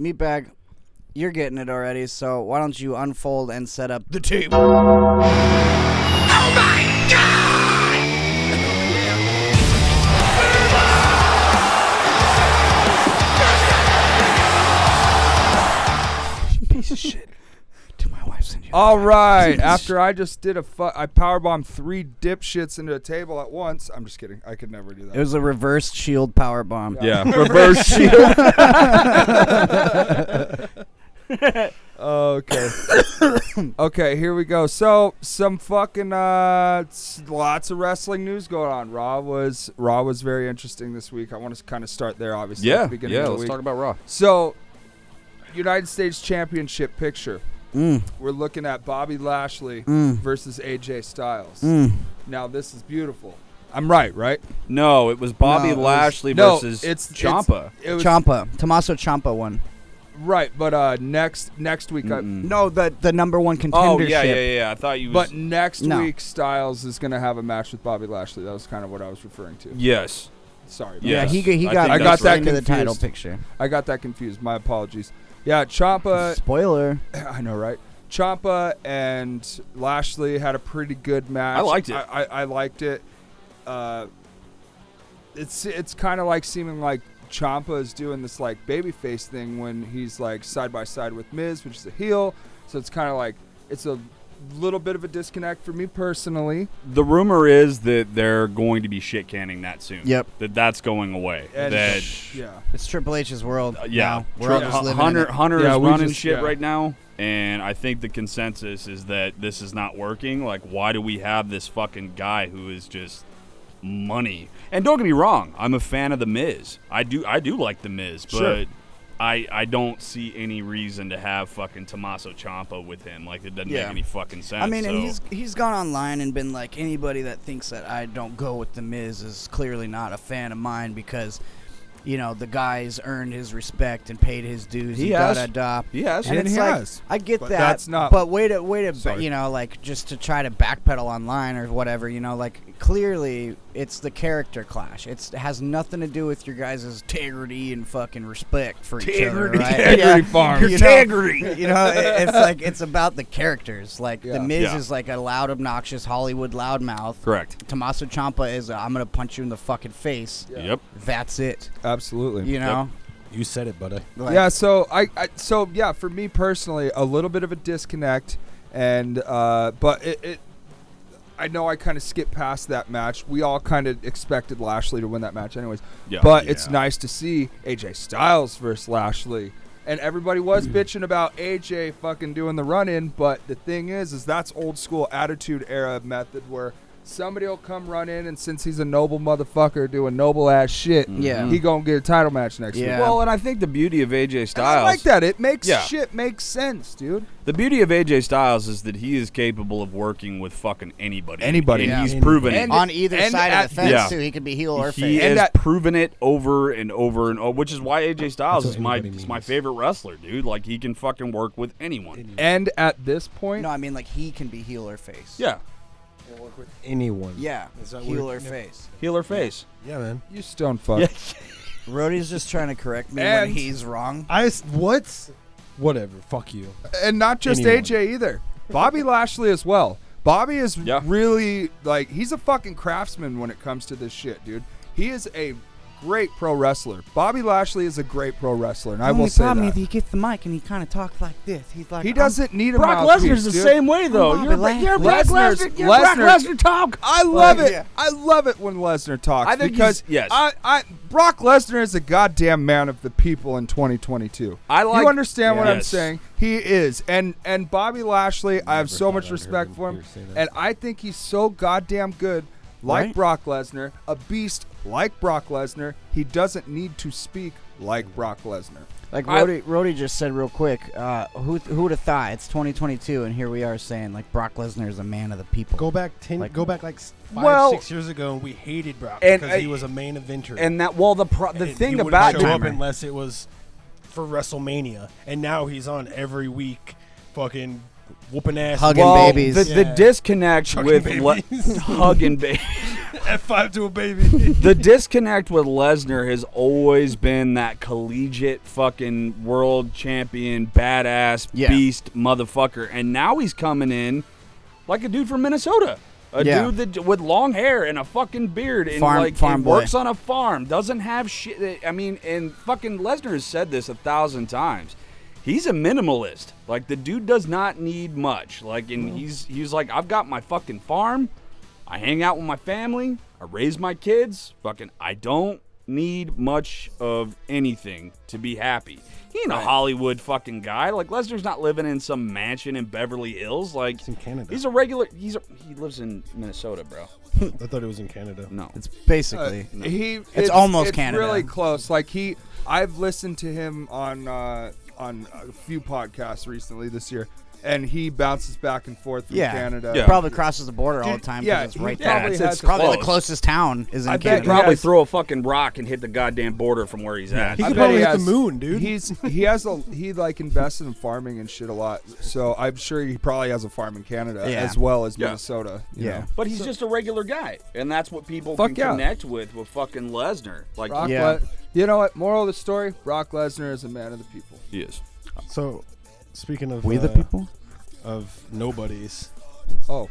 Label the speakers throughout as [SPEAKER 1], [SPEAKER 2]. [SPEAKER 1] Meatbag, you're getting it already, so why don't you unfold and set up the tape? Piece of shit. Did my wife send you?
[SPEAKER 2] All right. After I just did a fu- I powerbombed three dipshits into a table at once. I'm just kidding. I could never do
[SPEAKER 1] It
[SPEAKER 2] that.
[SPEAKER 1] was a reverse shield power bomb.
[SPEAKER 3] Yeah, reverse shield.
[SPEAKER 2] Okay. okay, here we go. So, some fucking uh s- lots of wrestling news going on. Raw was Raw was very interesting this week. I want to kind of start there obviously. at
[SPEAKER 3] Yeah,
[SPEAKER 2] the beginning
[SPEAKER 3] yeah.
[SPEAKER 2] of the
[SPEAKER 3] Let's
[SPEAKER 2] week.
[SPEAKER 3] talk about Raw.
[SPEAKER 2] So, United States Championship picture.
[SPEAKER 1] Mm,
[SPEAKER 2] We're looking at Bobby Lashley
[SPEAKER 1] mm,
[SPEAKER 2] versus AJ Styles.
[SPEAKER 1] mm.
[SPEAKER 2] Now, this is beautiful. I'm right, right?
[SPEAKER 3] No, it was Bobby
[SPEAKER 1] No, it was-
[SPEAKER 3] Lashley
[SPEAKER 2] no,
[SPEAKER 3] versus
[SPEAKER 2] it's- it's-
[SPEAKER 3] Champa.
[SPEAKER 2] It was
[SPEAKER 1] Champa, Tommaso Champa won.
[SPEAKER 2] right, but uh next next week uh, I,
[SPEAKER 1] No, the the number one contendership.
[SPEAKER 3] Oh yeah, yeah, yeah. I thought you was.
[SPEAKER 2] but next
[SPEAKER 1] No.
[SPEAKER 2] week Styles is going to have a match with Bobby Lashley. That was kind of what I was referring to.
[SPEAKER 3] yes.
[SPEAKER 2] Sorry. about
[SPEAKER 1] Yeah,
[SPEAKER 3] Yes,
[SPEAKER 1] he g- he
[SPEAKER 3] I
[SPEAKER 1] got
[SPEAKER 3] think
[SPEAKER 1] I
[SPEAKER 2] that's
[SPEAKER 1] got that
[SPEAKER 2] right.
[SPEAKER 1] into the title
[SPEAKER 2] confused.
[SPEAKER 1] picture.
[SPEAKER 2] I got that confused. My apologies. Yeah, Champa.
[SPEAKER 1] Spoiler.
[SPEAKER 2] I know, right? Champa and Lashley had a pretty good match.
[SPEAKER 3] I liked it.
[SPEAKER 2] I, I, I liked it. Uh, it's it's kind of like seeming like Champa is doing this like babyface thing when he's like side by side with Miz, which is a heel. So it's kind of like it's a little bit of a disconnect for me personally.
[SPEAKER 3] The rumor is that they're going to be shit canning that soon.
[SPEAKER 1] Yep.
[SPEAKER 3] That that's going away.
[SPEAKER 2] And
[SPEAKER 3] that
[SPEAKER 2] yeah,
[SPEAKER 1] It's Triple H's world.
[SPEAKER 3] uh, yeah,
[SPEAKER 1] now. we're all
[SPEAKER 2] Tri-
[SPEAKER 1] just living in
[SPEAKER 3] Hunter
[SPEAKER 1] it.
[SPEAKER 3] Hunter
[SPEAKER 2] Yeah,
[SPEAKER 3] is
[SPEAKER 2] we
[SPEAKER 3] running
[SPEAKER 2] just-
[SPEAKER 3] shit
[SPEAKER 2] yeah.
[SPEAKER 3] right now, and I think the consensus is that this is not working. Like, why do we have this fucking guy who is just money? And don't get me wrong, I'm a fan of the Miz. I do I do like the Miz, but.
[SPEAKER 2] Sure.
[SPEAKER 3] I, I don't see any reason to have fucking Tommaso Ciampa with him. Like it doesn't
[SPEAKER 1] Yeah.
[SPEAKER 3] make any fucking sense.
[SPEAKER 1] I mean, and
[SPEAKER 3] so-
[SPEAKER 1] he's he's gone online and been like, anybody that thinks that I don't go with the Miz is clearly not a fan of mine because, you know, the guy's earned his respect and paid his dues.
[SPEAKER 2] He
[SPEAKER 1] and
[SPEAKER 2] has.
[SPEAKER 1] Da, da, da.
[SPEAKER 2] He has.
[SPEAKER 1] And
[SPEAKER 2] And
[SPEAKER 1] it's
[SPEAKER 2] he
[SPEAKER 1] like,
[SPEAKER 2] has.
[SPEAKER 1] I get
[SPEAKER 2] But
[SPEAKER 1] that.
[SPEAKER 2] that's not-
[SPEAKER 1] But wait a wait a bit,
[SPEAKER 2] Sorry.
[SPEAKER 1] you know, like just to try to backpedal online or whatever, you know, like clearly it's the character clash. It's it has nothing to do with your guys' integrity and fucking respect for each other,
[SPEAKER 3] Integrity.
[SPEAKER 1] right?
[SPEAKER 2] Integrity farm.
[SPEAKER 1] You know? You know, it- it's like it's about the characters. Like
[SPEAKER 2] Yeah.
[SPEAKER 1] the Miz
[SPEAKER 3] Yeah.
[SPEAKER 1] is like a loud, obnoxious Hollywood loudmouth.
[SPEAKER 3] correct.
[SPEAKER 1] Tommaso Ciampa is i am I'm gonna punch you in the fucking face.
[SPEAKER 2] Yeah.
[SPEAKER 3] Yep.
[SPEAKER 1] That's it.
[SPEAKER 2] absolutely.
[SPEAKER 1] You know.
[SPEAKER 4] You said it, buddy.
[SPEAKER 1] Like,
[SPEAKER 2] yeah, so I, I so yeah, for me personally, a little bit of a disconnect, and uh, but it, it I know I kind of skipped past that match. We all kind of expected Lashley to win that match, anyways.
[SPEAKER 3] Yeah.
[SPEAKER 2] but it's
[SPEAKER 3] Yeah.
[SPEAKER 2] nice to see AJ Styles versus Lashley, and everybody was bitching about AJ fucking doing the run in. But the thing is, is that's old school Attitude Era method where. Somebody will come run in, and since he's a noble motherfucker doing noble ass shit,
[SPEAKER 1] Yeah.
[SPEAKER 2] he gonna get a title match next week.
[SPEAKER 1] Yeah.
[SPEAKER 3] Well, and I think the beauty of AJ
[SPEAKER 2] And I
[SPEAKER 3] Styles
[SPEAKER 2] like that. It makes
[SPEAKER 3] Yeah.
[SPEAKER 2] shit make sense, dude.
[SPEAKER 3] The beauty of AJ Styles is that he is capable of working with fucking anybody.
[SPEAKER 2] Anybody.
[SPEAKER 3] And
[SPEAKER 1] Yeah.
[SPEAKER 3] he's proven
[SPEAKER 2] And-
[SPEAKER 3] it.
[SPEAKER 1] on either
[SPEAKER 2] and
[SPEAKER 1] side
[SPEAKER 2] at-
[SPEAKER 1] of the fence
[SPEAKER 3] yeah.
[SPEAKER 1] too, he could be heel or
[SPEAKER 3] He
[SPEAKER 1] face.
[SPEAKER 2] and
[SPEAKER 3] has
[SPEAKER 2] that-
[SPEAKER 3] proven it over and over and over, which is why AJ Styles
[SPEAKER 4] That's
[SPEAKER 3] is
[SPEAKER 4] what
[SPEAKER 3] my
[SPEAKER 4] anybody
[SPEAKER 3] is my
[SPEAKER 4] means.
[SPEAKER 3] favorite wrestler, dude. Like he can fucking work with anyone.
[SPEAKER 2] And at this point,
[SPEAKER 1] No, I mean like he can be heel or face.
[SPEAKER 3] Yeah,
[SPEAKER 4] work with anyone.
[SPEAKER 1] Yeah.
[SPEAKER 4] Is that
[SPEAKER 1] heel
[SPEAKER 4] weird?
[SPEAKER 1] or
[SPEAKER 4] Yeah.
[SPEAKER 1] face.
[SPEAKER 3] heel or face.
[SPEAKER 4] Yeah, man.
[SPEAKER 2] you stone fuck.
[SPEAKER 3] Yeah.
[SPEAKER 1] Rody's just trying to correct me
[SPEAKER 2] And-
[SPEAKER 1] when he's wrong.
[SPEAKER 4] I s- what? Whatever. Fuck you.
[SPEAKER 2] And not just
[SPEAKER 4] Anyone.
[SPEAKER 2] AJ either. Bobby Lashley as well. Bobby is
[SPEAKER 3] Yeah.
[SPEAKER 2] really like he's a fucking craftsman when it comes to this shit, dude. He is a great pro wrestler. Bobby Lashley is a great pro wrestler, and I will say that. He,
[SPEAKER 1] gets the mic and he kind of talks like this. He's like
[SPEAKER 2] doesn't need a
[SPEAKER 3] Brock
[SPEAKER 2] mouthpiece,
[SPEAKER 3] Lesnar's the
[SPEAKER 2] dude.
[SPEAKER 3] same way though.
[SPEAKER 1] Bobby
[SPEAKER 3] You're, a- you're a Brock
[SPEAKER 2] Lesnar's-
[SPEAKER 3] Lesnar. You're a Brock
[SPEAKER 2] Lesnar-
[SPEAKER 3] Lesnar talk.
[SPEAKER 2] I love
[SPEAKER 1] Like,
[SPEAKER 2] it.
[SPEAKER 1] yeah.
[SPEAKER 2] I love it when Lesnar talks
[SPEAKER 3] I think
[SPEAKER 2] because
[SPEAKER 3] he's- yes.
[SPEAKER 2] I, I Brock Lesnar is a goddamn man of the people in 2022.
[SPEAKER 3] I like-
[SPEAKER 2] you understand what I'm
[SPEAKER 3] Yes.
[SPEAKER 2] saying. He is, and and Bobby Lashley, I have so
[SPEAKER 4] thought
[SPEAKER 2] much
[SPEAKER 4] I'd heard
[SPEAKER 2] respect
[SPEAKER 4] him
[SPEAKER 2] for him,
[SPEAKER 4] here say that.
[SPEAKER 2] and I think he's so goddamn good. Like
[SPEAKER 1] Right?
[SPEAKER 2] Brock Lesnar, a beast like Brock Lesnar, he doesn't need to speak like Brock Lesnar.
[SPEAKER 1] Like
[SPEAKER 3] I-
[SPEAKER 1] Rody, Rody just said real quick, uh, who who would have thought it's 2022 and here we are saying like Brock Lesnar is a man of the people.
[SPEAKER 4] Go back ten.
[SPEAKER 1] Like-
[SPEAKER 4] go back like s- five,
[SPEAKER 3] Well-
[SPEAKER 4] six years ago, and we hated Brock
[SPEAKER 3] And
[SPEAKER 4] because
[SPEAKER 3] I-
[SPEAKER 4] he was a main eventer.
[SPEAKER 3] And that well, the pro- the
[SPEAKER 4] And he
[SPEAKER 3] thing
[SPEAKER 4] wouldn't
[SPEAKER 3] about
[SPEAKER 4] show
[SPEAKER 3] him,
[SPEAKER 4] up unless it was for WrestleMania, and now he's on every week, fucking whooping ass,
[SPEAKER 1] Hugging
[SPEAKER 3] well,
[SPEAKER 1] babies.
[SPEAKER 3] the, the
[SPEAKER 4] Yeah.
[SPEAKER 3] disconnect
[SPEAKER 4] Chucking
[SPEAKER 3] with
[SPEAKER 4] babies.
[SPEAKER 3] Le- hugging babies.
[SPEAKER 4] F five to a baby.
[SPEAKER 3] the disconnect with Lesnar has always been that collegiate fucking world champion, badass,
[SPEAKER 1] Yeah.
[SPEAKER 3] beast motherfucker. And now he's coming in like a dude from Minnesota. A
[SPEAKER 1] Yeah.
[SPEAKER 3] dude that, with long hair and a fucking beard and
[SPEAKER 1] Farm-
[SPEAKER 3] like
[SPEAKER 1] farm
[SPEAKER 3] and
[SPEAKER 1] boy.
[SPEAKER 3] works on a farm, doesn't have shit. I mean, and fucking Lesnar has said this a thousand times. He's a minimalist. Like the dude does not need much. Like, and he's he's like, I've got my fucking farm. I hang out with my family. I raise my kids. Fucking, I don't need much of anything to be happy. He ain't a Hollywood fucking guy. Like Lesnar's not living in some mansion in Beverly Hills. Like
[SPEAKER 4] It's in Canada.
[SPEAKER 3] He's a regular. He's a, he lives in Minnesota, bro.
[SPEAKER 4] I thought it was in Canada.
[SPEAKER 3] No,
[SPEAKER 1] It's
[SPEAKER 2] Uh,
[SPEAKER 1] basically.
[SPEAKER 2] he, it's
[SPEAKER 1] almost
[SPEAKER 2] it's
[SPEAKER 1] Canada.
[SPEAKER 2] Really close. Like he, I've listened to him on uh, on a few podcasts recently this year, and he bounces back and forth from
[SPEAKER 1] yeah,
[SPEAKER 2] Canada.
[SPEAKER 3] Yeah.
[SPEAKER 1] Probably crosses the border all the
[SPEAKER 2] Dude,
[SPEAKER 1] time. 'cause
[SPEAKER 2] yeah,
[SPEAKER 1] it's
[SPEAKER 2] he
[SPEAKER 1] right
[SPEAKER 3] Yeah,
[SPEAKER 1] there.
[SPEAKER 2] probably
[SPEAKER 3] it's,
[SPEAKER 2] has
[SPEAKER 3] it's
[SPEAKER 1] Probably
[SPEAKER 3] close.
[SPEAKER 1] the closest town is in
[SPEAKER 2] I bet
[SPEAKER 1] Canada.
[SPEAKER 2] he
[SPEAKER 3] Probably
[SPEAKER 2] has-
[SPEAKER 3] throw a fucking rock and hit the goddamn border from where he's at.
[SPEAKER 4] He
[SPEAKER 2] I bet
[SPEAKER 4] could probably hit the
[SPEAKER 2] has-
[SPEAKER 4] moon, dude.
[SPEAKER 2] He's he has a he like invested in farming and shit a lot, so I'm sure he probably has a farm in Canada
[SPEAKER 1] Yeah.
[SPEAKER 2] as well as
[SPEAKER 3] Yeah.
[SPEAKER 2] Minnesota. you
[SPEAKER 1] Yeah.
[SPEAKER 2] know.
[SPEAKER 3] But he's just a regular guy, and that's what people
[SPEAKER 2] Fuck
[SPEAKER 3] can
[SPEAKER 2] yeah.
[SPEAKER 3] connect with with fucking Lesnar. Like
[SPEAKER 2] Brock
[SPEAKER 1] Yeah.
[SPEAKER 2] Le- you know what? Moral of the story: Brock Lesnar is a man of the people.
[SPEAKER 3] he is.
[SPEAKER 4] So, speaking of
[SPEAKER 1] We the
[SPEAKER 4] uh,
[SPEAKER 1] people?
[SPEAKER 4] of nobodies,
[SPEAKER 2] Oh,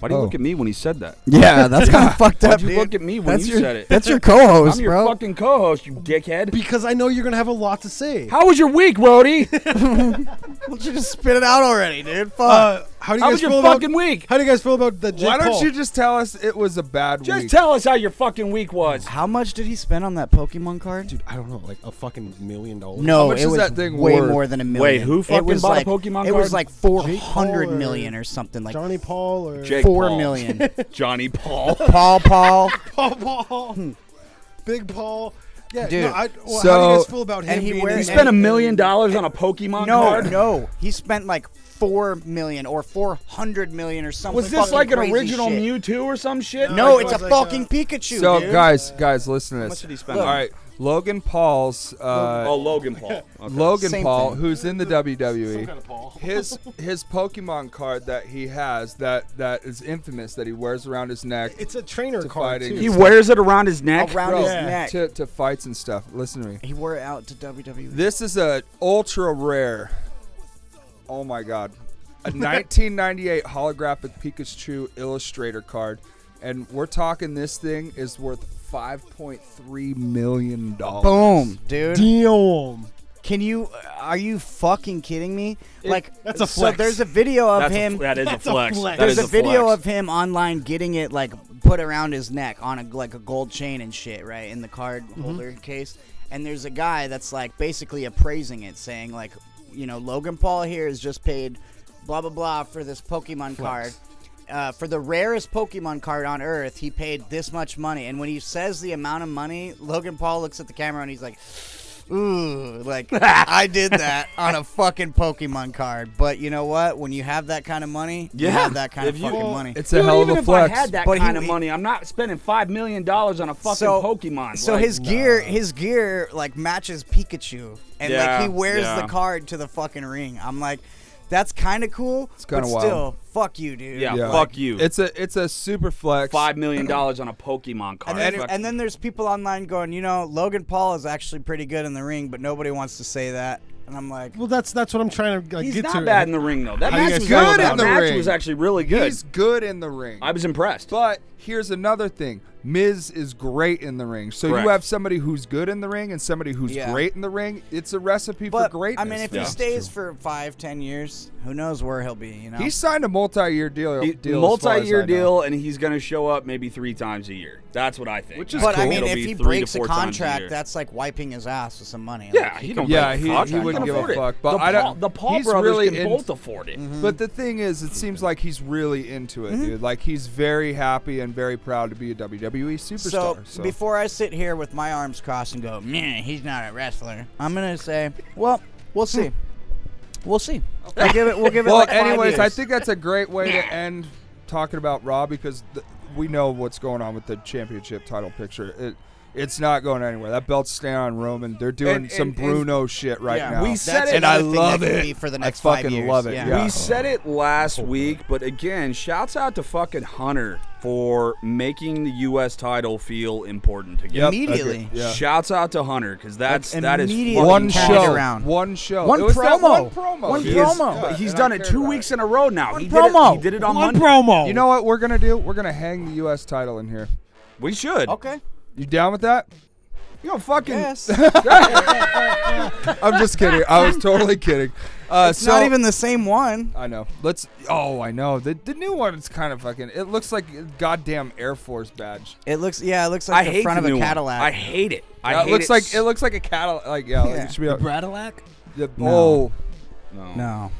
[SPEAKER 3] Why do you
[SPEAKER 2] Oh.
[SPEAKER 3] look at me when he said that?
[SPEAKER 1] Yeah, that's kind of fucked
[SPEAKER 3] Why'd
[SPEAKER 1] up,
[SPEAKER 3] you
[SPEAKER 1] dude.
[SPEAKER 3] look at me when
[SPEAKER 1] that's
[SPEAKER 3] you
[SPEAKER 1] your,
[SPEAKER 3] said it?
[SPEAKER 1] That's your co-host,
[SPEAKER 3] I'm your
[SPEAKER 1] bro.
[SPEAKER 3] fucking co-host, you dickhead.
[SPEAKER 4] because I know you're gonna have a lot to say. Uh,
[SPEAKER 3] How was your week, Rody?
[SPEAKER 1] Why don't you just spit it out already, dude? Fuck.
[SPEAKER 4] Uh, how do you
[SPEAKER 3] How
[SPEAKER 4] guys
[SPEAKER 3] was your
[SPEAKER 4] feel about?
[SPEAKER 3] fucking week?
[SPEAKER 4] How do you guys feel about the? Jake
[SPEAKER 2] why don't
[SPEAKER 4] Paul?
[SPEAKER 2] you just tell us it was a bad
[SPEAKER 3] Just
[SPEAKER 2] week?
[SPEAKER 3] tell us how your fucking week
[SPEAKER 2] Uh,
[SPEAKER 3] was.
[SPEAKER 1] How much did he spend on that Pokemon card?
[SPEAKER 4] Dude, I don't know, like a fucking million dollars.
[SPEAKER 1] no,
[SPEAKER 2] How much
[SPEAKER 1] it
[SPEAKER 2] is
[SPEAKER 1] was
[SPEAKER 2] that thing
[SPEAKER 1] way
[SPEAKER 2] worth?
[SPEAKER 1] more than a million.
[SPEAKER 3] who
[SPEAKER 1] it
[SPEAKER 3] fucking
[SPEAKER 1] was
[SPEAKER 3] bought a
[SPEAKER 1] like,
[SPEAKER 3] Pokemon
[SPEAKER 1] It was
[SPEAKER 3] card?
[SPEAKER 1] like
[SPEAKER 4] Jake
[SPEAKER 1] 400
[SPEAKER 4] Paul or-
[SPEAKER 1] million or something like
[SPEAKER 4] Johnny Paul or
[SPEAKER 3] Jake
[SPEAKER 1] four
[SPEAKER 3] Paul.
[SPEAKER 1] million.
[SPEAKER 3] Johnny Paul.
[SPEAKER 1] Paul, Paul,
[SPEAKER 4] Paul Paul, Big Paul. Yeah,
[SPEAKER 1] Dude,
[SPEAKER 4] No, I, well, how do you
[SPEAKER 2] so-
[SPEAKER 4] guys feel about him?
[SPEAKER 1] and he
[SPEAKER 4] being
[SPEAKER 1] wear-
[SPEAKER 4] in
[SPEAKER 1] He
[SPEAKER 3] You
[SPEAKER 4] the
[SPEAKER 3] spent a
[SPEAKER 4] NBA?
[SPEAKER 3] million dollars on a Pokemon
[SPEAKER 1] No,
[SPEAKER 3] card?
[SPEAKER 1] no. He spent like four million or four hundred million or something.
[SPEAKER 3] Was this
[SPEAKER 1] fucking
[SPEAKER 3] like an
[SPEAKER 1] crazy
[SPEAKER 3] original
[SPEAKER 1] shit.
[SPEAKER 3] Mewtwo or some shit?
[SPEAKER 1] No,
[SPEAKER 4] Like,
[SPEAKER 1] it's
[SPEAKER 4] it
[SPEAKER 1] a
[SPEAKER 4] was like
[SPEAKER 1] fucking
[SPEAKER 4] a-
[SPEAKER 1] Pikachu.
[SPEAKER 2] So
[SPEAKER 1] dude.
[SPEAKER 2] guys, guys, listen to this.
[SPEAKER 3] much did he spend
[SPEAKER 2] All
[SPEAKER 3] on it?
[SPEAKER 2] right, Logan Paul's uh,
[SPEAKER 3] Oh, Logan Paul. Okay.
[SPEAKER 2] Logan
[SPEAKER 1] Same
[SPEAKER 2] Paul,
[SPEAKER 1] thing.
[SPEAKER 2] who's in the WWE,
[SPEAKER 4] kind of Paul.
[SPEAKER 2] his his Pokemon card that he has that that is infamous that he wears around his neck
[SPEAKER 4] It's a trainer
[SPEAKER 2] To
[SPEAKER 4] card
[SPEAKER 2] fighting.
[SPEAKER 4] too.
[SPEAKER 2] He
[SPEAKER 3] wears it around his neck.
[SPEAKER 1] around
[SPEAKER 2] Bro,
[SPEAKER 1] his
[SPEAKER 4] Yeah.
[SPEAKER 1] neck.
[SPEAKER 2] to, to fights and stuff. Listen to me.
[SPEAKER 1] He wore it out to E. WWE.
[SPEAKER 2] This is a ultra rare. Oh my god, a 1998 holographic Pikachu Illustrator card, and we're talking this thing is worth 5.3 million dollars.
[SPEAKER 1] Boom, dude.
[SPEAKER 4] Damn.
[SPEAKER 1] Can you? Are you fucking kidding me? like
[SPEAKER 4] that's a
[SPEAKER 1] So
[SPEAKER 4] flex.
[SPEAKER 1] there's a video of
[SPEAKER 3] That's
[SPEAKER 1] him.
[SPEAKER 3] A, that is
[SPEAKER 4] That's
[SPEAKER 3] a
[SPEAKER 4] a
[SPEAKER 3] flex.
[SPEAKER 4] flex.
[SPEAKER 3] That
[SPEAKER 1] there's
[SPEAKER 3] is
[SPEAKER 1] a video
[SPEAKER 3] flex.
[SPEAKER 1] of him online getting it like put around his neck on a like a gold chain and shit, right, in the card
[SPEAKER 3] Mm-hmm.
[SPEAKER 1] holder case. And there's a guy that's like basically appraising it, saying like, you know, Logan Paul here is just paid blah blah blah for this Pokemon card. Uh, for the rarest Pokemon card on Earth, he paid this much money. And when he says the amount of money, Logan Paul looks at the camera and he's like, Ooh, like I did that on a fucking Pokemon card. But you know what? When you have that kind of money, you
[SPEAKER 3] Yeah.
[SPEAKER 1] have that kind of
[SPEAKER 3] If you-
[SPEAKER 1] fucking
[SPEAKER 3] Well,
[SPEAKER 1] money.
[SPEAKER 2] It's a hell of
[SPEAKER 3] even
[SPEAKER 2] a
[SPEAKER 3] if
[SPEAKER 2] flex.
[SPEAKER 3] I had that
[SPEAKER 1] But he-
[SPEAKER 3] kind of
[SPEAKER 1] he-
[SPEAKER 3] money, I'm not spending five million dollars on a fucking Pokemon.
[SPEAKER 1] So
[SPEAKER 3] Like,
[SPEAKER 1] his gear, his gear like matches Pikachu, and
[SPEAKER 3] Yeah,
[SPEAKER 1] like he wears
[SPEAKER 3] yeah.
[SPEAKER 1] the card to the fucking ring. I'm like, that's kind of cool. It's
[SPEAKER 2] kinda
[SPEAKER 1] but
[SPEAKER 2] wild.
[SPEAKER 1] Still, fuck you, dude.
[SPEAKER 3] Yeah.
[SPEAKER 2] Yeah.
[SPEAKER 3] Fuck you.
[SPEAKER 2] It's a it's a super flex.
[SPEAKER 3] five million dollars on a Pokemon
[SPEAKER 1] And
[SPEAKER 3] card.
[SPEAKER 1] then,
[SPEAKER 3] Fuck-
[SPEAKER 1] and then there's people online going, you know, Logan Paul is actually pretty good in the ring, but nobody wants to say that. And I'm like,
[SPEAKER 4] Well, that's that's what I'm trying to like,
[SPEAKER 3] he's
[SPEAKER 4] get
[SPEAKER 3] not
[SPEAKER 4] to.
[SPEAKER 3] bad in the ring though. That
[SPEAKER 4] How you
[SPEAKER 3] match
[SPEAKER 4] guys
[SPEAKER 3] was
[SPEAKER 2] feel
[SPEAKER 3] good.
[SPEAKER 2] about
[SPEAKER 3] That
[SPEAKER 2] that?
[SPEAKER 3] match
[SPEAKER 2] ring.
[SPEAKER 3] was actually really good.
[SPEAKER 2] He's good in the ring.
[SPEAKER 3] I was impressed.
[SPEAKER 2] But here's another thing. Miz is great in the ring. So
[SPEAKER 3] Correct.
[SPEAKER 2] you have somebody who's good in the ring and somebody who's
[SPEAKER 1] Yeah.
[SPEAKER 2] great in the ring. It's a recipe
[SPEAKER 1] but
[SPEAKER 2] for
[SPEAKER 1] I
[SPEAKER 2] greatness.
[SPEAKER 1] mean, if
[SPEAKER 3] Yeah.
[SPEAKER 1] he stays for five, ten years, who knows where he'll be? You know,
[SPEAKER 2] he signed a multi-year deal,
[SPEAKER 3] He-
[SPEAKER 2] deal as far as I
[SPEAKER 3] multi-year
[SPEAKER 2] know.
[SPEAKER 3] deal, and he's going to show up maybe three times a year. That's what I think.
[SPEAKER 2] Which is
[SPEAKER 1] but I
[SPEAKER 2] cool.
[SPEAKER 1] mean,
[SPEAKER 3] It'll
[SPEAKER 1] if
[SPEAKER 3] be
[SPEAKER 1] he
[SPEAKER 3] three to
[SPEAKER 1] breaks a
[SPEAKER 3] four times
[SPEAKER 1] contract,
[SPEAKER 3] year.
[SPEAKER 1] that's like wiping his ass with some money.
[SPEAKER 3] yeah,
[SPEAKER 1] Like,
[SPEAKER 3] he don't.
[SPEAKER 2] Yeah,
[SPEAKER 3] break
[SPEAKER 2] he-
[SPEAKER 3] the contract.
[SPEAKER 2] he wouldn't
[SPEAKER 3] can
[SPEAKER 2] give a
[SPEAKER 3] afford it.
[SPEAKER 2] fuck, but
[SPEAKER 3] the
[SPEAKER 2] I don't-
[SPEAKER 3] Paul, the Paul
[SPEAKER 2] he's
[SPEAKER 3] brothers
[SPEAKER 2] really
[SPEAKER 3] can
[SPEAKER 2] in-
[SPEAKER 3] both afford it.
[SPEAKER 2] But the thing is, it seems like he's really into it,
[SPEAKER 3] Mm-hmm.
[SPEAKER 2] dude. Like he's very happy and very proud to be a WWE
[SPEAKER 1] So,
[SPEAKER 2] superstar. So,
[SPEAKER 1] before I sit here with my arms crossed and go, man, he's not a wrestler. I'm gonna say, well, we'll see. We'll see. We'll give it. We'll give it.
[SPEAKER 2] well,
[SPEAKER 1] like five
[SPEAKER 2] anyways, I
[SPEAKER 1] years.
[SPEAKER 2] think that's a great way to end talking about Raw because th- we know what's going on with the championship title picture. It it's not going anywhere. That belt's staying on Roman. They're doing
[SPEAKER 3] And-
[SPEAKER 2] some
[SPEAKER 3] and- and-
[SPEAKER 2] Bruno shit right
[SPEAKER 1] Yeah.
[SPEAKER 2] now.
[SPEAKER 3] We
[SPEAKER 1] That's
[SPEAKER 3] said it,
[SPEAKER 2] and I
[SPEAKER 1] another thing
[SPEAKER 2] love
[SPEAKER 1] that could
[SPEAKER 2] it.
[SPEAKER 1] be for the
[SPEAKER 2] I
[SPEAKER 1] next five
[SPEAKER 2] fucking
[SPEAKER 1] years.
[SPEAKER 2] love it, yeah. Oh.
[SPEAKER 3] We said it last week, but again, shouts out to fucking Hunter for making the U.S. title feel important again.
[SPEAKER 2] Yep,
[SPEAKER 1] Immediately.
[SPEAKER 2] agree. Yeah.
[SPEAKER 3] Shouts out to Hunter because that's
[SPEAKER 1] Like,
[SPEAKER 3] that is
[SPEAKER 1] immediately.
[SPEAKER 3] fucking
[SPEAKER 2] one
[SPEAKER 1] carried
[SPEAKER 2] show,
[SPEAKER 1] around.
[SPEAKER 2] one show,
[SPEAKER 1] One
[SPEAKER 2] It was that
[SPEAKER 1] promo.
[SPEAKER 2] one promo,
[SPEAKER 1] One
[SPEAKER 3] He
[SPEAKER 2] dude.
[SPEAKER 3] is-
[SPEAKER 1] promo.
[SPEAKER 2] Yeah,
[SPEAKER 3] but he's
[SPEAKER 2] and
[SPEAKER 3] done
[SPEAKER 2] I
[SPEAKER 3] it
[SPEAKER 2] cared
[SPEAKER 3] two
[SPEAKER 2] about
[SPEAKER 3] weeks in a row now. he
[SPEAKER 1] promo.
[SPEAKER 3] Did it, he did it on
[SPEAKER 4] One
[SPEAKER 3] Monday.
[SPEAKER 4] promo.
[SPEAKER 2] You know what we're gonna do? We're gonna hang the U.S. title in here.
[SPEAKER 3] We should.
[SPEAKER 1] Okay.
[SPEAKER 2] You down with that?
[SPEAKER 3] You know, fucking.
[SPEAKER 1] Yes.
[SPEAKER 2] I'm just kidding. I was totally kidding. Uh,
[SPEAKER 1] it's
[SPEAKER 2] so,
[SPEAKER 1] not even the same one.
[SPEAKER 2] I know. Let's. Oh, I know. The the new one is kind of fucking. It looks like a goddamn Air Force badge.
[SPEAKER 1] It looks yeah, it looks
[SPEAKER 3] I
[SPEAKER 1] like
[SPEAKER 3] hate
[SPEAKER 1] the front of
[SPEAKER 3] the new
[SPEAKER 1] a
[SPEAKER 3] one.
[SPEAKER 1] Cadillac.
[SPEAKER 3] I hate it. I
[SPEAKER 2] Yeah, it
[SPEAKER 3] hate
[SPEAKER 2] looks
[SPEAKER 3] it.
[SPEAKER 2] like
[SPEAKER 3] s-
[SPEAKER 2] it looks like a Cadillac. Like yeah, like,
[SPEAKER 1] Yeah.
[SPEAKER 2] it should be. A,
[SPEAKER 4] Bradilac?
[SPEAKER 2] the,
[SPEAKER 1] No.
[SPEAKER 2] Oh
[SPEAKER 3] No.
[SPEAKER 1] No.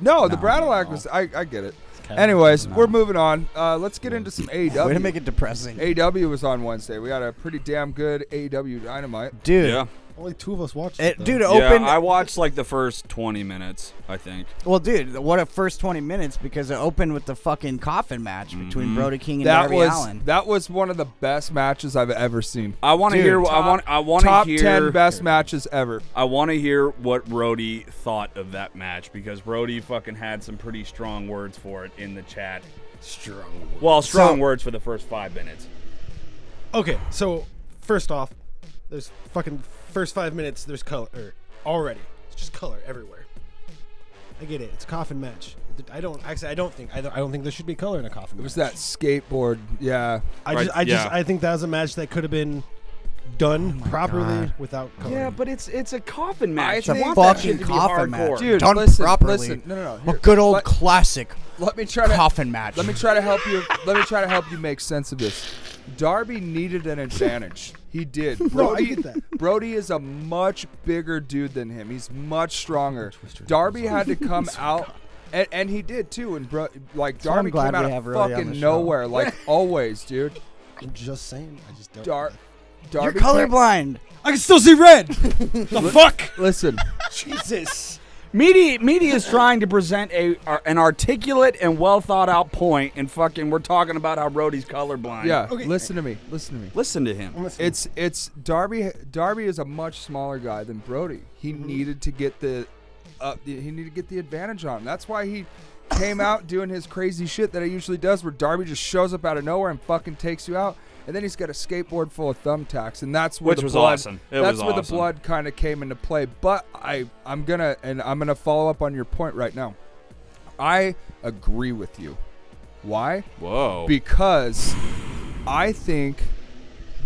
[SPEAKER 3] No.
[SPEAKER 2] no, the
[SPEAKER 1] No,
[SPEAKER 2] Bradillac
[SPEAKER 1] no.
[SPEAKER 2] was. I I get it.
[SPEAKER 4] kinda
[SPEAKER 2] Anyways,
[SPEAKER 1] no.
[SPEAKER 2] we're moving on. Uh, let's get into some AW.
[SPEAKER 1] Way to make it depressing.
[SPEAKER 2] AW was on Wednesday. We got a pretty damn good AW Dynamite.
[SPEAKER 1] Dude.
[SPEAKER 3] Yeah.
[SPEAKER 4] Only two of us watched it.
[SPEAKER 1] It,
[SPEAKER 4] though.
[SPEAKER 1] dude, it
[SPEAKER 3] Yeah,
[SPEAKER 1] opened
[SPEAKER 3] I watched like the first 20 minutes, I think.
[SPEAKER 1] Well, dude, what a first 20 minutes because it opened with the fucking coffin match between Brody King and
[SPEAKER 2] Mm-hmm. That
[SPEAKER 1] Darby
[SPEAKER 2] was
[SPEAKER 1] Allen.
[SPEAKER 2] that was one of the best matches I've ever seen.
[SPEAKER 3] I want to
[SPEAKER 1] Dude,
[SPEAKER 3] hear I
[SPEAKER 2] Top-
[SPEAKER 3] want I want to
[SPEAKER 2] top
[SPEAKER 3] hear
[SPEAKER 2] ten best matches ever.
[SPEAKER 3] I want to hear what Brody thought of that match because Brody fucking had some pretty strong words for it in the chat.
[SPEAKER 4] Strong.
[SPEAKER 3] Well, strong
[SPEAKER 1] So-
[SPEAKER 3] words for the first 5 minutes.
[SPEAKER 4] Okay, so first off, there's fucking first five minutes. There's color er, already. It's just color everywhere. I get it. It's a coffin match. I don't actually. I don't think. I don't, I don't think there should be color in a coffin.
[SPEAKER 2] It was
[SPEAKER 4] match.
[SPEAKER 2] that skateboard. Yeah.
[SPEAKER 4] I
[SPEAKER 3] Right,
[SPEAKER 4] just. I just.
[SPEAKER 3] yeah.
[SPEAKER 4] I think that was a match that could have been done properly
[SPEAKER 1] God.
[SPEAKER 4] without color.
[SPEAKER 3] Yeah, but it's it's a coffin
[SPEAKER 2] match. I
[SPEAKER 3] match.
[SPEAKER 2] You think- want that
[SPEAKER 1] Fucking coffin match.
[SPEAKER 2] Dude,
[SPEAKER 1] Done
[SPEAKER 2] listen,
[SPEAKER 1] properly.
[SPEAKER 2] listen. No, no, no.
[SPEAKER 1] A
[SPEAKER 2] Here,
[SPEAKER 1] good old
[SPEAKER 2] let-
[SPEAKER 1] classic
[SPEAKER 2] Let me try to
[SPEAKER 1] coffin match.
[SPEAKER 2] Let me try to help you. Let me try to help you make sense of this. Darby needed an advantage. He did. Brody,
[SPEAKER 4] get that.
[SPEAKER 2] Brody is a much bigger dude than him. He's much stronger. Darby had to come out, and, and he did too. And bro, like
[SPEAKER 1] why I'm
[SPEAKER 2] Darby
[SPEAKER 1] glad
[SPEAKER 2] came out
[SPEAKER 1] we
[SPEAKER 2] of
[SPEAKER 1] have Roddy on
[SPEAKER 2] fucking
[SPEAKER 1] the show.
[SPEAKER 2] nowhere, like always, dude.
[SPEAKER 4] I'm just saying. I just don't.
[SPEAKER 2] Dar-
[SPEAKER 1] You're
[SPEAKER 2] Darby. came-
[SPEAKER 1] colorblind.
[SPEAKER 4] I can still see red. the fuck.
[SPEAKER 2] Listen,
[SPEAKER 4] Jesus.
[SPEAKER 3] Media media is trying to present a ar- an articulate and well thought out point, and fucking we're talking about how Brody's colorblind.
[SPEAKER 2] yeah.
[SPEAKER 4] Okay.
[SPEAKER 2] Listen to me. Listen to me.
[SPEAKER 3] listen to him.
[SPEAKER 2] It's it's Darby. Darby is a much smaller guy than Brody. He
[SPEAKER 3] Mm-hmm.
[SPEAKER 2] needed to get the, uh, he needed to get the advantage on him. That's why he came out doing his crazy shit that he usually does, where Darby just shows up out of nowhere and fucking takes you out. And then he's got a skateboard full of thumbtacks, and that's where
[SPEAKER 3] Which
[SPEAKER 2] the
[SPEAKER 3] was
[SPEAKER 2] blood,
[SPEAKER 3] awesome. It
[SPEAKER 2] that's
[SPEAKER 3] was
[SPEAKER 2] where the
[SPEAKER 3] awesome.
[SPEAKER 2] blood kind of came into play. But I I'm gonna and I'm gonna follow up on your point right now. I agree with you. Why?
[SPEAKER 3] Whoa.
[SPEAKER 2] because I think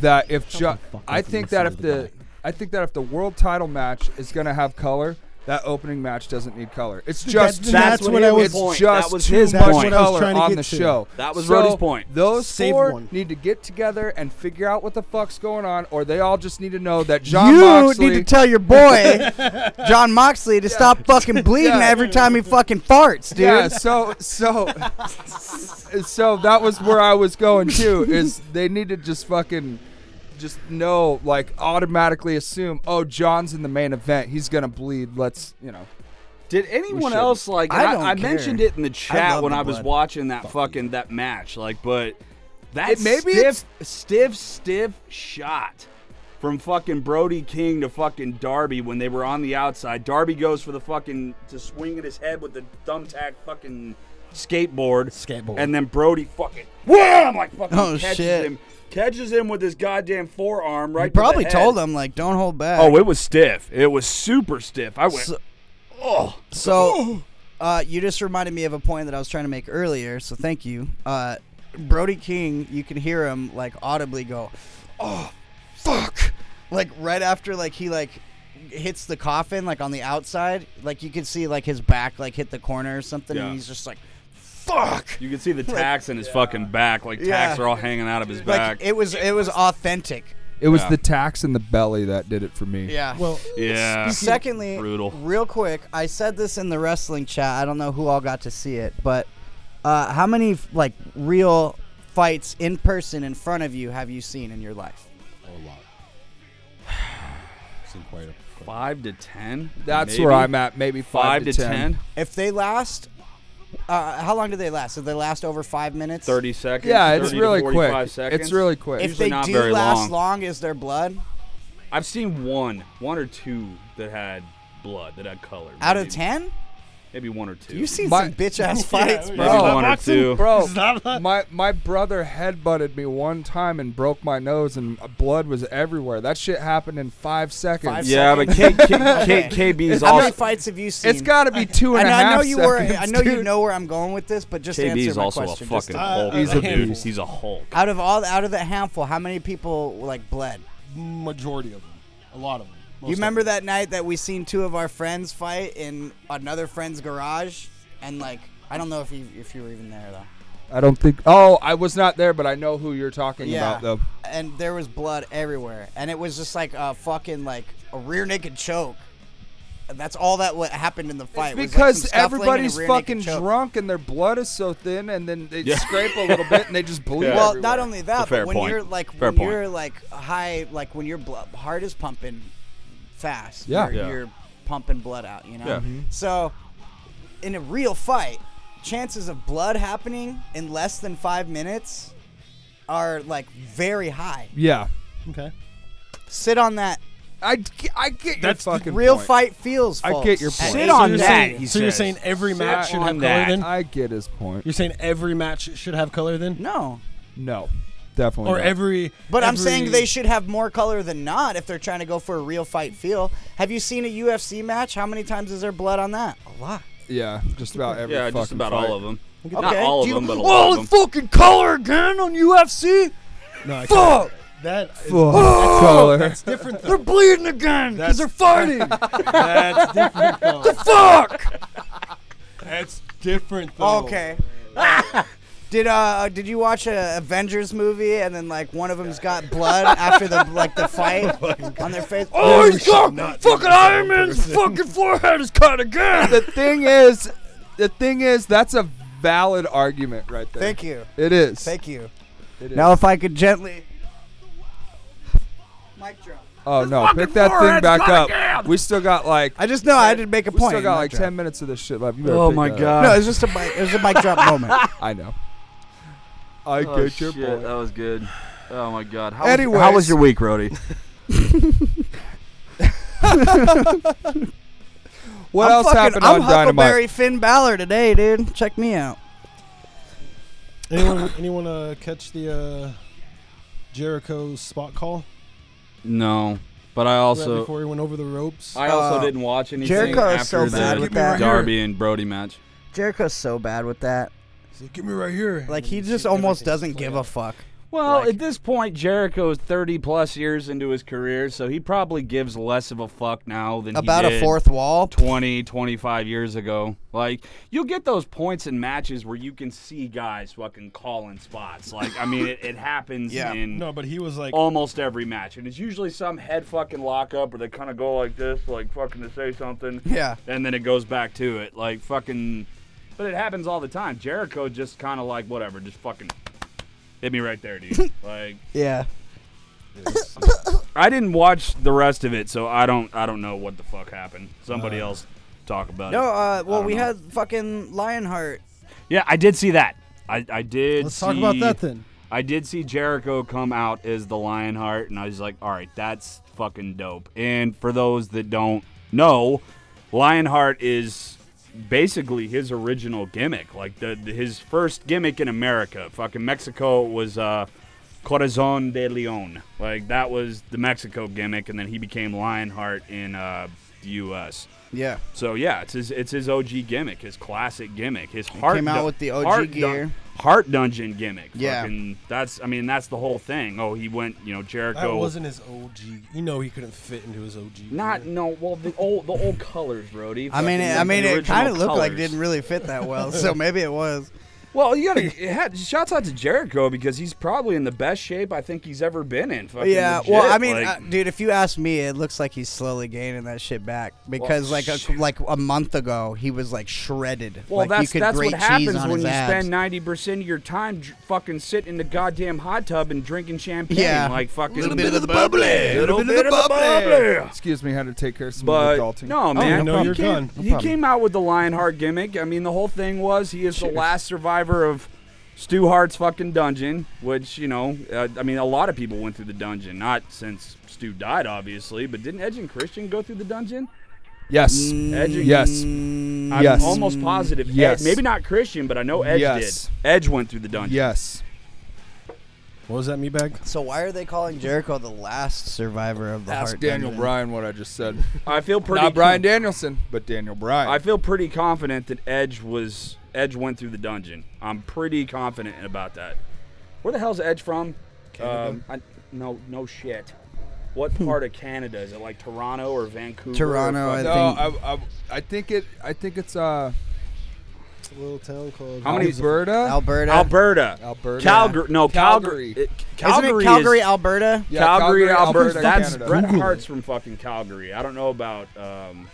[SPEAKER 2] that if ju-
[SPEAKER 4] fuck
[SPEAKER 2] I
[SPEAKER 4] up and
[SPEAKER 2] think
[SPEAKER 4] listen
[SPEAKER 2] that
[SPEAKER 4] to
[SPEAKER 2] if
[SPEAKER 4] the
[SPEAKER 2] the I think that if the world title match is gonna have color, that opening match doesn't need color. It's just
[SPEAKER 4] That's- that's
[SPEAKER 2] too-
[SPEAKER 4] what I was-
[SPEAKER 2] it's
[SPEAKER 3] point.
[SPEAKER 2] just
[SPEAKER 3] That was
[SPEAKER 2] too
[SPEAKER 3] his
[SPEAKER 2] much
[SPEAKER 3] point.
[SPEAKER 4] That's what I was
[SPEAKER 2] color
[SPEAKER 4] trying to
[SPEAKER 2] on
[SPEAKER 4] get
[SPEAKER 2] the
[SPEAKER 4] to.
[SPEAKER 2] show.
[SPEAKER 3] That was
[SPEAKER 2] so
[SPEAKER 3] Rody's point.
[SPEAKER 2] Those
[SPEAKER 4] Save
[SPEAKER 2] four
[SPEAKER 4] one.
[SPEAKER 2] need to get together and figure out what the fuck's going on, or they all just need to know that John
[SPEAKER 1] You
[SPEAKER 2] Moxley.
[SPEAKER 1] need to tell your boy, John Moxley, to stop fucking bleeding
[SPEAKER 2] Yeah.
[SPEAKER 1] every time he fucking farts, dude.
[SPEAKER 2] Yeah, so so so that was where I was going too. Is they need to just fucking just know, like automatically assume, oh, John's in the main event. He's gonna bleed. Let's you know.
[SPEAKER 3] Did anyone
[SPEAKER 2] should.
[SPEAKER 3] else like? and
[SPEAKER 1] I
[SPEAKER 3] I,
[SPEAKER 1] don't
[SPEAKER 3] I mentioned
[SPEAKER 1] care.
[SPEAKER 3] it in the
[SPEAKER 1] I
[SPEAKER 3] chat
[SPEAKER 1] love
[SPEAKER 3] when
[SPEAKER 1] the
[SPEAKER 3] I was
[SPEAKER 1] blood.
[SPEAKER 3] watching that fucking that match. Like, but that
[SPEAKER 2] It- maybe
[SPEAKER 3] stiff, stiff, stiff shot from fucking Brody King to fucking Darby when they were on the outside. Darby goes for the fucking to swing at his head with the thumbtack fucking skateboard,
[SPEAKER 4] Skateboard.
[SPEAKER 3] and then Brody fucking wham like fucking
[SPEAKER 1] Oh,
[SPEAKER 3] catches
[SPEAKER 1] shit.
[SPEAKER 3] him, catches him with his goddamn forearm right.
[SPEAKER 1] You
[SPEAKER 3] to the
[SPEAKER 1] probably
[SPEAKER 3] head.
[SPEAKER 1] told him like, don't hold back.
[SPEAKER 3] Oh, it was stiff. It was super stiff. I went.
[SPEAKER 1] So-
[SPEAKER 3] oh.
[SPEAKER 1] So, uh, you just reminded me of a point that I was trying to make earlier. So thank you, uh, Brody King. You can hear him like audibly go, "Oh, fuck!" Like right after like he like hits the coffin like on the outside, like you could see like his back like hit the corner or something,
[SPEAKER 3] Yeah.
[SPEAKER 1] and he's just like, "Fuck!"
[SPEAKER 3] You can see the tacks in his fucking back. Like tacks
[SPEAKER 1] Yeah.
[SPEAKER 3] are all hanging out of his
[SPEAKER 1] Like
[SPEAKER 3] back.
[SPEAKER 1] it was it was authentic.
[SPEAKER 2] It was
[SPEAKER 3] Yeah.
[SPEAKER 2] the tax in the belly that did it for me.
[SPEAKER 1] Yeah.
[SPEAKER 4] Well,
[SPEAKER 3] yeah.
[SPEAKER 1] Secondly,
[SPEAKER 3] Uh, brutal.
[SPEAKER 1] real quick, I said this in the wrestling chat. I don't know who all got to see it, but uh, how many like real fights in person in front of you have you seen in your life?
[SPEAKER 4] a lot. Seen quite a- quite
[SPEAKER 3] Five to ten.
[SPEAKER 2] That's
[SPEAKER 3] maybe?
[SPEAKER 2] where I'm at. Maybe
[SPEAKER 3] Five,
[SPEAKER 2] five,
[SPEAKER 3] to
[SPEAKER 2] ten.
[SPEAKER 3] ten.
[SPEAKER 1] If they last, uh, how long do they last? Did they last over five minutes?
[SPEAKER 3] Thirty seconds.
[SPEAKER 2] Yeah, it's
[SPEAKER 3] 30 to
[SPEAKER 2] really
[SPEAKER 3] 45
[SPEAKER 2] quick.
[SPEAKER 3] Seconds.
[SPEAKER 2] It's really quick.
[SPEAKER 1] If
[SPEAKER 3] Usually
[SPEAKER 1] they
[SPEAKER 3] not
[SPEAKER 1] do
[SPEAKER 3] very
[SPEAKER 1] last
[SPEAKER 3] long.
[SPEAKER 1] long. is there blood?
[SPEAKER 3] I've seen one, one or two that had blood, that had color.
[SPEAKER 1] Out
[SPEAKER 3] maybe.
[SPEAKER 1] of ten?
[SPEAKER 3] maybe one or two.
[SPEAKER 1] You've seen
[SPEAKER 2] My-
[SPEAKER 1] some bitch ass fights,
[SPEAKER 4] yeah.
[SPEAKER 3] maybe
[SPEAKER 2] Bro.
[SPEAKER 3] one or
[SPEAKER 4] Boxing?
[SPEAKER 3] two.
[SPEAKER 2] Bro,
[SPEAKER 4] Stop that.
[SPEAKER 2] my my brother headbutted me one time and broke my nose, and blood was everywhere. That shit happened in five seconds.
[SPEAKER 1] Five
[SPEAKER 3] Yeah, but K, K, K, KB's
[SPEAKER 1] How many
[SPEAKER 3] also
[SPEAKER 1] fights have you seen?
[SPEAKER 2] It's got to be two
[SPEAKER 1] I
[SPEAKER 2] and
[SPEAKER 1] know,
[SPEAKER 2] a half
[SPEAKER 1] I know you were.
[SPEAKER 2] seconds,
[SPEAKER 1] I know you
[SPEAKER 2] dude.
[SPEAKER 1] know where I'm going with this, but just to answer
[SPEAKER 3] KB's
[SPEAKER 1] my
[SPEAKER 3] also a
[SPEAKER 1] question. just
[SPEAKER 3] fucking
[SPEAKER 1] to-
[SPEAKER 4] uh,
[SPEAKER 3] Hulk.
[SPEAKER 4] He's
[SPEAKER 3] that
[SPEAKER 4] a
[SPEAKER 3] dude.
[SPEAKER 4] handful.
[SPEAKER 3] He's a Hulk.
[SPEAKER 1] out of all, out of the handful, how many people like bled?
[SPEAKER 4] majority of them, a lot of them. Most
[SPEAKER 1] you
[SPEAKER 4] of
[SPEAKER 1] remember
[SPEAKER 4] them.
[SPEAKER 1] that night that we seen two of our friends fight in another friend's garage, and like I don't know if you if you were even there though.
[SPEAKER 2] I don't think. Oh, I was not there, but I know who you're talking
[SPEAKER 1] Yeah,
[SPEAKER 2] about, though.
[SPEAKER 1] and there was blood everywhere, and it was just like a fucking like a rear naked choke. And that's all that what happened in the fight. was, like,
[SPEAKER 2] Because
[SPEAKER 1] some scuffling and a
[SPEAKER 2] everybody's
[SPEAKER 1] rear naked
[SPEAKER 2] fucking
[SPEAKER 1] choke.
[SPEAKER 2] drunk and their blood is so thin, and then they
[SPEAKER 3] Yeah.
[SPEAKER 2] scrape a little bit and they just bleed.
[SPEAKER 3] Yeah.
[SPEAKER 1] Well,
[SPEAKER 2] everywhere.
[SPEAKER 1] not only
[SPEAKER 3] a
[SPEAKER 1] that,
[SPEAKER 3] fair
[SPEAKER 1] but when
[SPEAKER 3] point.
[SPEAKER 1] you're like
[SPEAKER 3] Fair
[SPEAKER 1] when
[SPEAKER 3] point.
[SPEAKER 1] you're like high, like when your blo- heart is pumping fast,
[SPEAKER 2] Yeah. Mm-hmm.
[SPEAKER 1] you're,
[SPEAKER 3] Yeah.
[SPEAKER 1] you're pumping blood out, you know.
[SPEAKER 3] Yeah. Mhm.
[SPEAKER 1] So, in a real fight, chances of blood happening in less than five minutes are like very high.
[SPEAKER 2] Yeah,
[SPEAKER 4] Okay.
[SPEAKER 1] Sit on that.
[SPEAKER 2] I, g- I get
[SPEAKER 4] That's the
[SPEAKER 2] your fucking
[SPEAKER 1] Real
[SPEAKER 2] point.
[SPEAKER 1] fight feels.
[SPEAKER 2] I
[SPEAKER 1] Folks.
[SPEAKER 2] get your
[SPEAKER 1] At
[SPEAKER 2] point.
[SPEAKER 1] eight
[SPEAKER 3] Sit on
[SPEAKER 1] years
[SPEAKER 3] that,
[SPEAKER 1] old.
[SPEAKER 3] he
[SPEAKER 4] so you're
[SPEAKER 3] says.
[SPEAKER 4] saying every
[SPEAKER 3] Sit
[SPEAKER 4] match should
[SPEAKER 3] on
[SPEAKER 4] have
[SPEAKER 3] that.
[SPEAKER 4] color then?
[SPEAKER 2] I get his point.
[SPEAKER 4] You're saying every match should have color then?
[SPEAKER 1] No,
[SPEAKER 2] No, definitely.
[SPEAKER 4] Or
[SPEAKER 2] not.
[SPEAKER 4] every.
[SPEAKER 1] but I'm
[SPEAKER 4] every-
[SPEAKER 1] saying they should have more color than not if they're trying to go for a real fight feel. Have you seen a UFC match? How many times is there blood on that? A lot.
[SPEAKER 2] yeah, just about every.
[SPEAKER 3] Yeah, just
[SPEAKER 2] fucking
[SPEAKER 3] about
[SPEAKER 2] fight.
[SPEAKER 3] all of them.
[SPEAKER 1] at
[SPEAKER 3] Not
[SPEAKER 1] that.
[SPEAKER 3] all of
[SPEAKER 1] Do you-
[SPEAKER 3] them, but a
[SPEAKER 2] Oh,
[SPEAKER 3] lot of them.
[SPEAKER 2] fucking color again on UFC.
[SPEAKER 4] No, I can't.
[SPEAKER 2] Fuck.
[SPEAKER 4] That is
[SPEAKER 2] Fuck. color.
[SPEAKER 4] Oh, that's different
[SPEAKER 2] They're
[SPEAKER 4] though.
[SPEAKER 2] bleeding again because
[SPEAKER 4] That's-
[SPEAKER 2] they're fighting.
[SPEAKER 4] that's different though.
[SPEAKER 2] Fuck.
[SPEAKER 4] That's different though.
[SPEAKER 1] Okay. did uh did you watch a Avengers movie and then like one of them's got blood after the like the fight on their face?
[SPEAKER 2] Oh,
[SPEAKER 4] Maybe we
[SPEAKER 2] he's
[SPEAKER 4] should
[SPEAKER 2] got
[SPEAKER 4] not
[SPEAKER 2] fucking
[SPEAKER 4] do that to
[SPEAKER 2] Iron
[SPEAKER 4] one
[SPEAKER 2] Man's
[SPEAKER 4] person.
[SPEAKER 2] fucking forehead is cut again. The thing is, the thing is, that's a valid argument right there.
[SPEAKER 1] Thank you.
[SPEAKER 2] It is.
[SPEAKER 1] Thank you.
[SPEAKER 2] It is.
[SPEAKER 1] Now if I could gently mic drop.
[SPEAKER 2] oh no, pick that thing back up. We still got like
[SPEAKER 1] I just know I had to make a
[SPEAKER 2] we
[SPEAKER 1] point.
[SPEAKER 2] still got
[SPEAKER 1] mic
[SPEAKER 2] like
[SPEAKER 1] drop.
[SPEAKER 2] ten minutes of this shit left. You better
[SPEAKER 3] Oh
[SPEAKER 2] pick
[SPEAKER 3] my
[SPEAKER 2] that up.
[SPEAKER 3] god.
[SPEAKER 1] No, it was just a mic it was a mic drop moment.
[SPEAKER 2] I know. I
[SPEAKER 3] Oh,
[SPEAKER 2] get your
[SPEAKER 3] shit,
[SPEAKER 2] point.
[SPEAKER 3] That was good. Oh my god. How was, how
[SPEAKER 2] Anyways.
[SPEAKER 3] was your week, Rody?
[SPEAKER 2] What
[SPEAKER 1] I'm
[SPEAKER 2] else
[SPEAKER 1] fucking,
[SPEAKER 2] happened
[SPEAKER 1] I'm
[SPEAKER 2] on Dynamite?
[SPEAKER 1] Huckleberry Finn Balor today, dude. Check me out.
[SPEAKER 4] Anyone, anyone uh, catch the uh, Jericho spot call
[SPEAKER 3] No, but I
[SPEAKER 4] right
[SPEAKER 3] also
[SPEAKER 4] before he went over the ropes?
[SPEAKER 3] I also
[SPEAKER 1] Uh,
[SPEAKER 3] didn't watch anything
[SPEAKER 1] Jericho is
[SPEAKER 3] after
[SPEAKER 1] so
[SPEAKER 3] the
[SPEAKER 1] bad with that.
[SPEAKER 3] Darby and Brody match.
[SPEAKER 1] Jericho's so bad with that.
[SPEAKER 4] He's like, "Get me right here!"
[SPEAKER 1] Like
[SPEAKER 4] And
[SPEAKER 1] he
[SPEAKER 4] you
[SPEAKER 1] just
[SPEAKER 4] see
[SPEAKER 1] almost
[SPEAKER 4] everything
[SPEAKER 1] doesn't
[SPEAKER 4] play
[SPEAKER 1] give
[SPEAKER 4] out.
[SPEAKER 1] a fuck.
[SPEAKER 3] Well,
[SPEAKER 1] Like-
[SPEAKER 3] at this point, Jericho is 30 plus years into his career, so he probably gives less of a fuck now than he
[SPEAKER 1] About a
[SPEAKER 3] did
[SPEAKER 1] fourth wall.
[SPEAKER 3] 20, 25 years ago. Like, you'll get those points in matches where you can see guys fucking calling spots. Like, I mean, it, it happens
[SPEAKER 1] Yeah.
[SPEAKER 3] in
[SPEAKER 4] No, but he was like,
[SPEAKER 3] almost every match. And it's usually some head fucking lockup or they kind of go like this, like fucking to say something.
[SPEAKER 1] Yeah.
[SPEAKER 3] And then it goes back to it. Like, fucking. But it happens all the time. Jericho just kind of like, whatever, just fucking hit me right there, dude. like,.
[SPEAKER 1] Yeah.
[SPEAKER 3] I didn't watch the rest of it, so I don't I don't know what the fuck happened. Somebody
[SPEAKER 4] Uh.
[SPEAKER 3] else talk about
[SPEAKER 1] No,
[SPEAKER 3] it.
[SPEAKER 1] uh,
[SPEAKER 3] I
[SPEAKER 1] well,
[SPEAKER 3] don't
[SPEAKER 1] we
[SPEAKER 3] know.
[SPEAKER 1] had fucking Lionheart.
[SPEAKER 3] Yeah, I did see that. I, I did.
[SPEAKER 4] "Let's talk about
[SPEAKER 3] see-
[SPEAKER 4] that then."
[SPEAKER 3] I did see Jericho come out as the Lionheart, and I was like, all right, that's fucking dope. And for those that don't know, Lionheart is basically his original gimmick, like the, the- his first gimmick in America. Fucking Mexico was uh, Corazon de Leon, like that was the Mexico gimmick, and then he became Lionheart in uh, the U.S.
[SPEAKER 1] Yeah.
[SPEAKER 3] So yeah, it's his it's his OG gimmick, his classic gimmick, his heart.
[SPEAKER 1] came out with the OG
[SPEAKER 3] heart
[SPEAKER 1] gear.
[SPEAKER 3] heart dungeon gimmick.
[SPEAKER 1] Yeah.
[SPEAKER 3] Fucking- that's I mean that's the whole thing. Oh, he went you know Jericho.
[SPEAKER 4] That wasn't his OG. You know, he couldn't fit into his OG.
[SPEAKER 3] not no well the old the old colors, Brody.
[SPEAKER 1] I mean,
[SPEAKER 3] Fucking,
[SPEAKER 1] it,
[SPEAKER 3] like,
[SPEAKER 1] I mean,
[SPEAKER 3] the
[SPEAKER 1] it
[SPEAKER 3] original
[SPEAKER 1] kind of looked like it
[SPEAKER 3] colors.
[SPEAKER 1] didn't really fit that well, so maybe it was.
[SPEAKER 3] Well, you gotta it had, shouts out to Jericho because he's probably in the best shape I think he's ever been in. Fucking
[SPEAKER 1] yeah.
[SPEAKER 3] legit,
[SPEAKER 1] well, I mean,
[SPEAKER 3] like-
[SPEAKER 1] uh, dude, if you ask me, it looks like he's slowly gaining that shit back because like a, like a month ago he was like shredded.
[SPEAKER 3] Well,
[SPEAKER 1] like,
[SPEAKER 3] that's
[SPEAKER 1] you could
[SPEAKER 3] that's
[SPEAKER 1] grate
[SPEAKER 3] what
[SPEAKER 1] cheese
[SPEAKER 3] happens
[SPEAKER 1] on
[SPEAKER 3] when
[SPEAKER 1] his
[SPEAKER 3] you
[SPEAKER 1] abs.
[SPEAKER 3] spend ninety percent of your time dr- fucking sitting in the goddamn hot tub and drinking champagne,
[SPEAKER 1] Yeah.
[SPEAKER 3] like fucking
[SPEAKER 1] Little bit of the bubbly.
[SPEAKER 3] little bit of the bubbly.
[SPEAKER 2] Excuse me, had to take care of some
[SPEAKER 3] But
[SPEAKER 2] adulting. Oh,
[SPEAKER 3] no, man,
[SPEAKER 4] no,
[SPEAKER 3] he,
[SPEAKER 4] Oh, you're
[SPEAKER 3] came,
[SPEAKER 4] gone. No
[SPEAKER 3] he
[SPEAKER 4] problem.
[SPEAKER 3] came out with the Lionheart gimmick. I mean, the whole thing was he is the last survivor of Stu Hart's fucking dungeon, which you know, uh, I mean, a lot of people went through the dungeon. Not since Stu died, obviously, but didn't Edge and Christian go through the dungeon?
[SPEAKER 2] Yes.
[SPEAKER 3] Edging.
[SPEAKER 2] Yes.
[SPEAKER 1] Mm,
[SPEAKER 3] I'm
[SPEAKER 2] Yes.
[SPEAKER 3] almost positive. Ed-
[SPEAKER 2] Yes.
[SPEAKER 3] maybe not Christian, but I know Edge
[SPEAKER 2] Yes.
[SPEAKER 3] did. Edge went through the dungeon.
[SPEAKER 2] Yes.
[SPEAKER 4] What was that, me bag?
[SPEAKER 1] So why are they calling Jericho the last survivor of the
[SPEAKER 2] Ask
[SPEAKER 1] heart?
[SPEAKER 2] Daniel
[SPEAKER 1] Dungeon?
[SPEAKER 2] Bryan what I just said.
[SPEAKER 3] I feel pretty.
[SPEAKER 2] Not Brian Danielson, but Daniel Bryan.
[SPEAKER 3] I feel pretty confident that Edge was Edge went through the dungeon. I'm pretty confident about that. Where the hell's Edge from? Um, I, no, no shit. What part of Canada is it? Like Toronto or Vancouver? or
[SPEAKER 1] Toronto,
[SPEAKER 3] fuck-
[SPEAKER 1] I
[SPEAKER 2] no,
[SPEAKER 1] think-
[SPEAKER 2] I, I, I think it. I think it's uh,
[SPEAKER 4] It's a little town called.
[SPEAKER 3] How many-
[SPEAKER 2] Alberta.
[SPEAKER 1] Alberta.
[SPEAKER 3] Alberta.
[SPEAKER 2] Alberta.
[SPEAKER 3] Calgary. No, Calgary.
[SPEAKER 2] Calgary.
[SPEAKER 3] it-
[SPEAKER 1] Isn't
[SPEAKER 3] Calgary.
[SPEAKER 1] it Calgary,
[SPEAKER 3] is-
[SPEAKER 1] Alberta?
[SPEAKER 2] Yeah,
[SPEAKER 3] Calgary, Alberta. That's
[SPEAKER 2] Canada.
[SPEAKER 3] Bret Hart's from fucking Calgary. I don't know about. Um,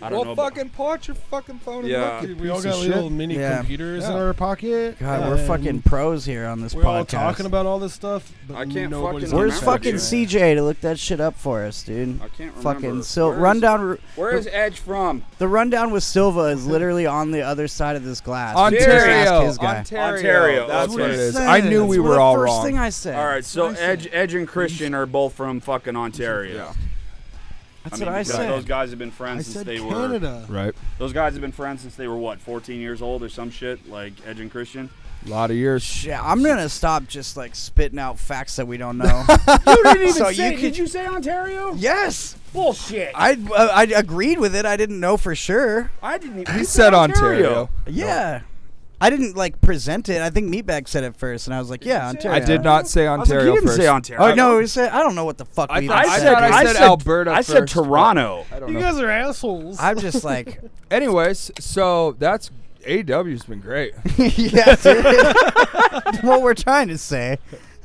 [SPEAKER 3] I don't
[SPEAKER 2] well,
[SPEAKER 3] know. about-
[SPEAKER 2] fucking punch your fucking phone.
[SPEAKER 3] Yeah.
[SPEAKER 2] And look, you
[SPEAKER 4] We all
[SPEAKER 2] piece of
[SPEAKER 4] got
[SPEAKER 2] shit.
[SPEAKER 4] little mini
[SPEAKER 1] Yeah.
[SPEAKER 4] computers in
[SPEAKER 2] Yeah.
[SPEAKER 4] our pocket.
[SPEAKER 1] God, we're
[SPEAKER 4] and
[SPEAKER 1] fucking pros here on this
[SPEAKER 4] We're
[SPEAKER 1] podcast.
[SPEAKER 4] all talking about all this stuff. But
[SPEAKER 3] I can't
[SPEAKER 4] nobody's
[SPEAKER 3] fucking
[SPEAKER 4] on
[SPEAKER 1] Where's
[SPEAKER 4] the
[SPEAKER 3] remember
[SPEAKER 1] fucking
[SPEAKER 3] dude.
[SPEAKER 4] subject.
[SPEAKER 1] CJ to look that shit up for us, dude?
[SPEAKER 3] I can't remember.
[SPEAKER 1] Fucking so
[SPEAKER 3] Where is-
[SPEAKER 1] rundown. ru-
[SPEAKER 3] Where is Edge from?
[SPEAKER 1] The rundown with Silva is literally on the other side of this glass. We just ask
[SPEAKER 2] Ontario.
[SPEAKER 1] his guy.
[SPEAKER 2] Ontario.
[SPEAKER 3] Ontario,
[SPEAKER 2] That's
[SPEAKER 3] okay.
[SPEAKER 2] what it is.
[SPEAKER 1] Said.
[SPEAKER 2] I knew we
[SPEAKER 1] That's
[SPEAKER 2] were
[SPEAKER 1] the
[SPEAKER 2] all
[SPEAKER 1] first
[SPEAKER 2] wrong.
[SPEAKER 1] thing I said.
[SPEAKER 3] All right, so
[SPEAKER 1] That's what I
[SPEAKER 3] Edge,
[SPEAKER 1] said.
[SPEAKER 3] Edge and Christian are both from fucking Ontario.
[SPEAKER 2] Yeah.
[SPEAKER 1] That's
[SPEAKER 3] I mean,
[SPEAKER 1] what I
[SPEAKER 3] because
[SPEAKER 1] said.
[SPEAKER 3] Those guys have been friends
[SPEAKER 4] I
[SPEAKER 3] since
[SPEAKER 4] said
[SPEAKER 3] they were.
[SPEAKER 4] Canada.
[SPEAKER 2] Right.
[SPEAKER 3] Those guys have been friends since they were what, 14 years old or some shit, like Edge and Christian.
[SPEAKER 2] A lot of years.
[SPEAKER 1] Shit, I'm gonna stop just like spitting out facts that we don't know.
[SPEAKER 3] You didn't even
[SPEAKER 1] So say- you could- did
[SPEAKER 3] you say Ontario?
[SPEAKER 1] yes,
[SPEAKER 3] Bullshit. I,
[SPEAKER 1] I uh, I agreed with it. I didn't know for sure.
[SPEAKER 3] didn't.
[SPEAKER 2] He said Ontario.
[SPEAKER 1] Yeah. I didn't like present it. I think Meatbag said it first, and I was like, "Yeah, Ontario."
[SPEAKER 2] I did not say
[SPEAKER 3] I was like,
[SPEAKER 2] Ontario
[SPEAKER 3] you didn't
[SPEAKER 2] first.
[SPEAKER 3] say Ontario.
[SPEAKER 1] Oh no, we said I don't know what the fuck
[SPEAKER 2] I
[SPEAKER 1] we
[SPEAKER 2] thought-
[SPEAKER 1] even
[SPEAKER 3] I
[SPEAKER 2] I
[SPEAKER 3] said,
[SPEAKER 2] thought I
[SPEAKER 3] I
[SPEAKER 2] said
[SPEAKER 3] said
[SPEAKER 2] Alberta
[SPEAKER 3] I said
[SPEAKER 2] first, but-
[SPEAKER 3] Toronto.
[SPEAKER 2] I don't
[SPEAKER 4] You
[SPEAKER 2] know.
[SPEAKER 4] guys are assholes.
[SPEAKER 1] I'm just like,
[SPEAKER 2] Anyways, so that's AW's been great.
[SPEAKER 1] yeah, dude. what we're trying to say.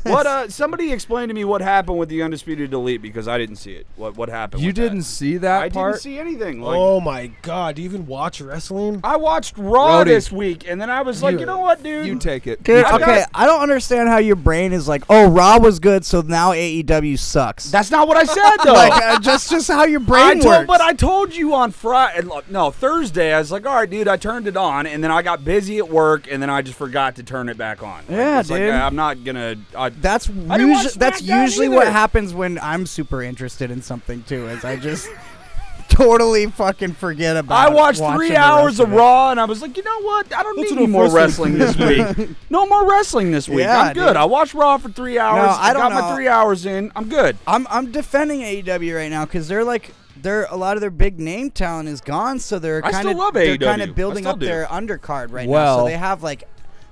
[SPEAKER 3] what? Uh, somebody explain to me what happened with the undisputed delete because I didn't see it. What? What happened?
[SPEAKER 2] you
[SPEAKER 3] with that?
[SPEAKER 2] didn't see that
[SPEAKER 3] I
[SPEAKER 2] part.
[SPEAKER 3] didn't see anything. Like,
[SPEAKER 4] oh my god! Do you even watch wrestling?
[SPEAKER 3] I watched Raw
[SPEAKER 2] Rhodey.
[SPEAKER 3] this week, and then I was like, you, know what, dude?
[SPEAKER 2] you take it.
[SPEAKER 1] Dude,
[SPEAKER 2] You take
[SPEAKER 1] okay,
[SPEAKER 2] it.
[SPEAKER 1] I don't understand how your brain is like, oh, Raw was good, so now AEW sucks.
[SPEAKER 3] That's not what I said though.
[SPEAKER 1] like uh, just just how your brain
[SPEAKER 3] Oh. I
[SPEAKER 1] works.
[SPEAKER 3] told, but I told you on Friday, no Thursday. I was like, all right, dude. I turned it on, and then I got busy at work, and then I just forgot to turn it back on. Like,
[SPEAKER 1] Yeah,
[SPEAKER 3] it's like,
[SPEAKER 1] dude.
[SPEAKER 3] I'm not gonna. I,
[SPEAKER 1] that's
[SPEAKER 3] didn't watch
[SPEAKER 1] usually that's
[SPEAKER 3] SmackDown
[SPEAKER 1] usually what
[SPEAKER 3] either.
[SPEAKER 1] happens when I'm super interested in something too. Is I just totally fucking forget about.
[SPEAKER 3] I watched
[SPEAKER 1] watching the
[SPEAKER 3] three
[SPEAKER 1] rest
[SPEAKER 3] hours of
[SPEAKER 1] it.
[SPEAKER 3] Raw, and I was like, you know what? I don't
[SPEAKER 4] That's
[SPEAKER 3] need
[SPEAKER 4] enough
[SPEAKER 3] any more
[SPEAKER 4] wrestling.
[SPEAKER 3] wrestling this week. No more wrestling this week.
[SPEAKER 1] Yeah,
[SPEAKER 3] I'm good.
[SPEAKER 1] dude.
[SPEAKER 3] I watched Raw for three hours.
[SPEAKER 1] I don't
[SPEAKER 3] got
[SPEAKER 1] know.
[SPEAKER 3] my three hours in. I'm good.
[SPEAKER 1] I'm I'm defending AEW right now because they're like they're a lot of their big name talent is gone, so they're
[SPEAKER 3] I
[SPEAKER 1] kind
[SPEAKER 3] still
[SPEAKER 1] of
[SPEAKER 3] love
[SPEAKER 1] they're
[SPEAKER 3] AEW.
[SPEAKER 1] kind
[SPEAKER 3] I
[SPEAKER 1] of building
[SPEAKER 3] still
[SPEAKER 1] up
[SPEAKER 3] do.
[SPEAKER 1] their undercard right now.
[SPEAKER 2] Well-
[SPEAKER 1] So they have like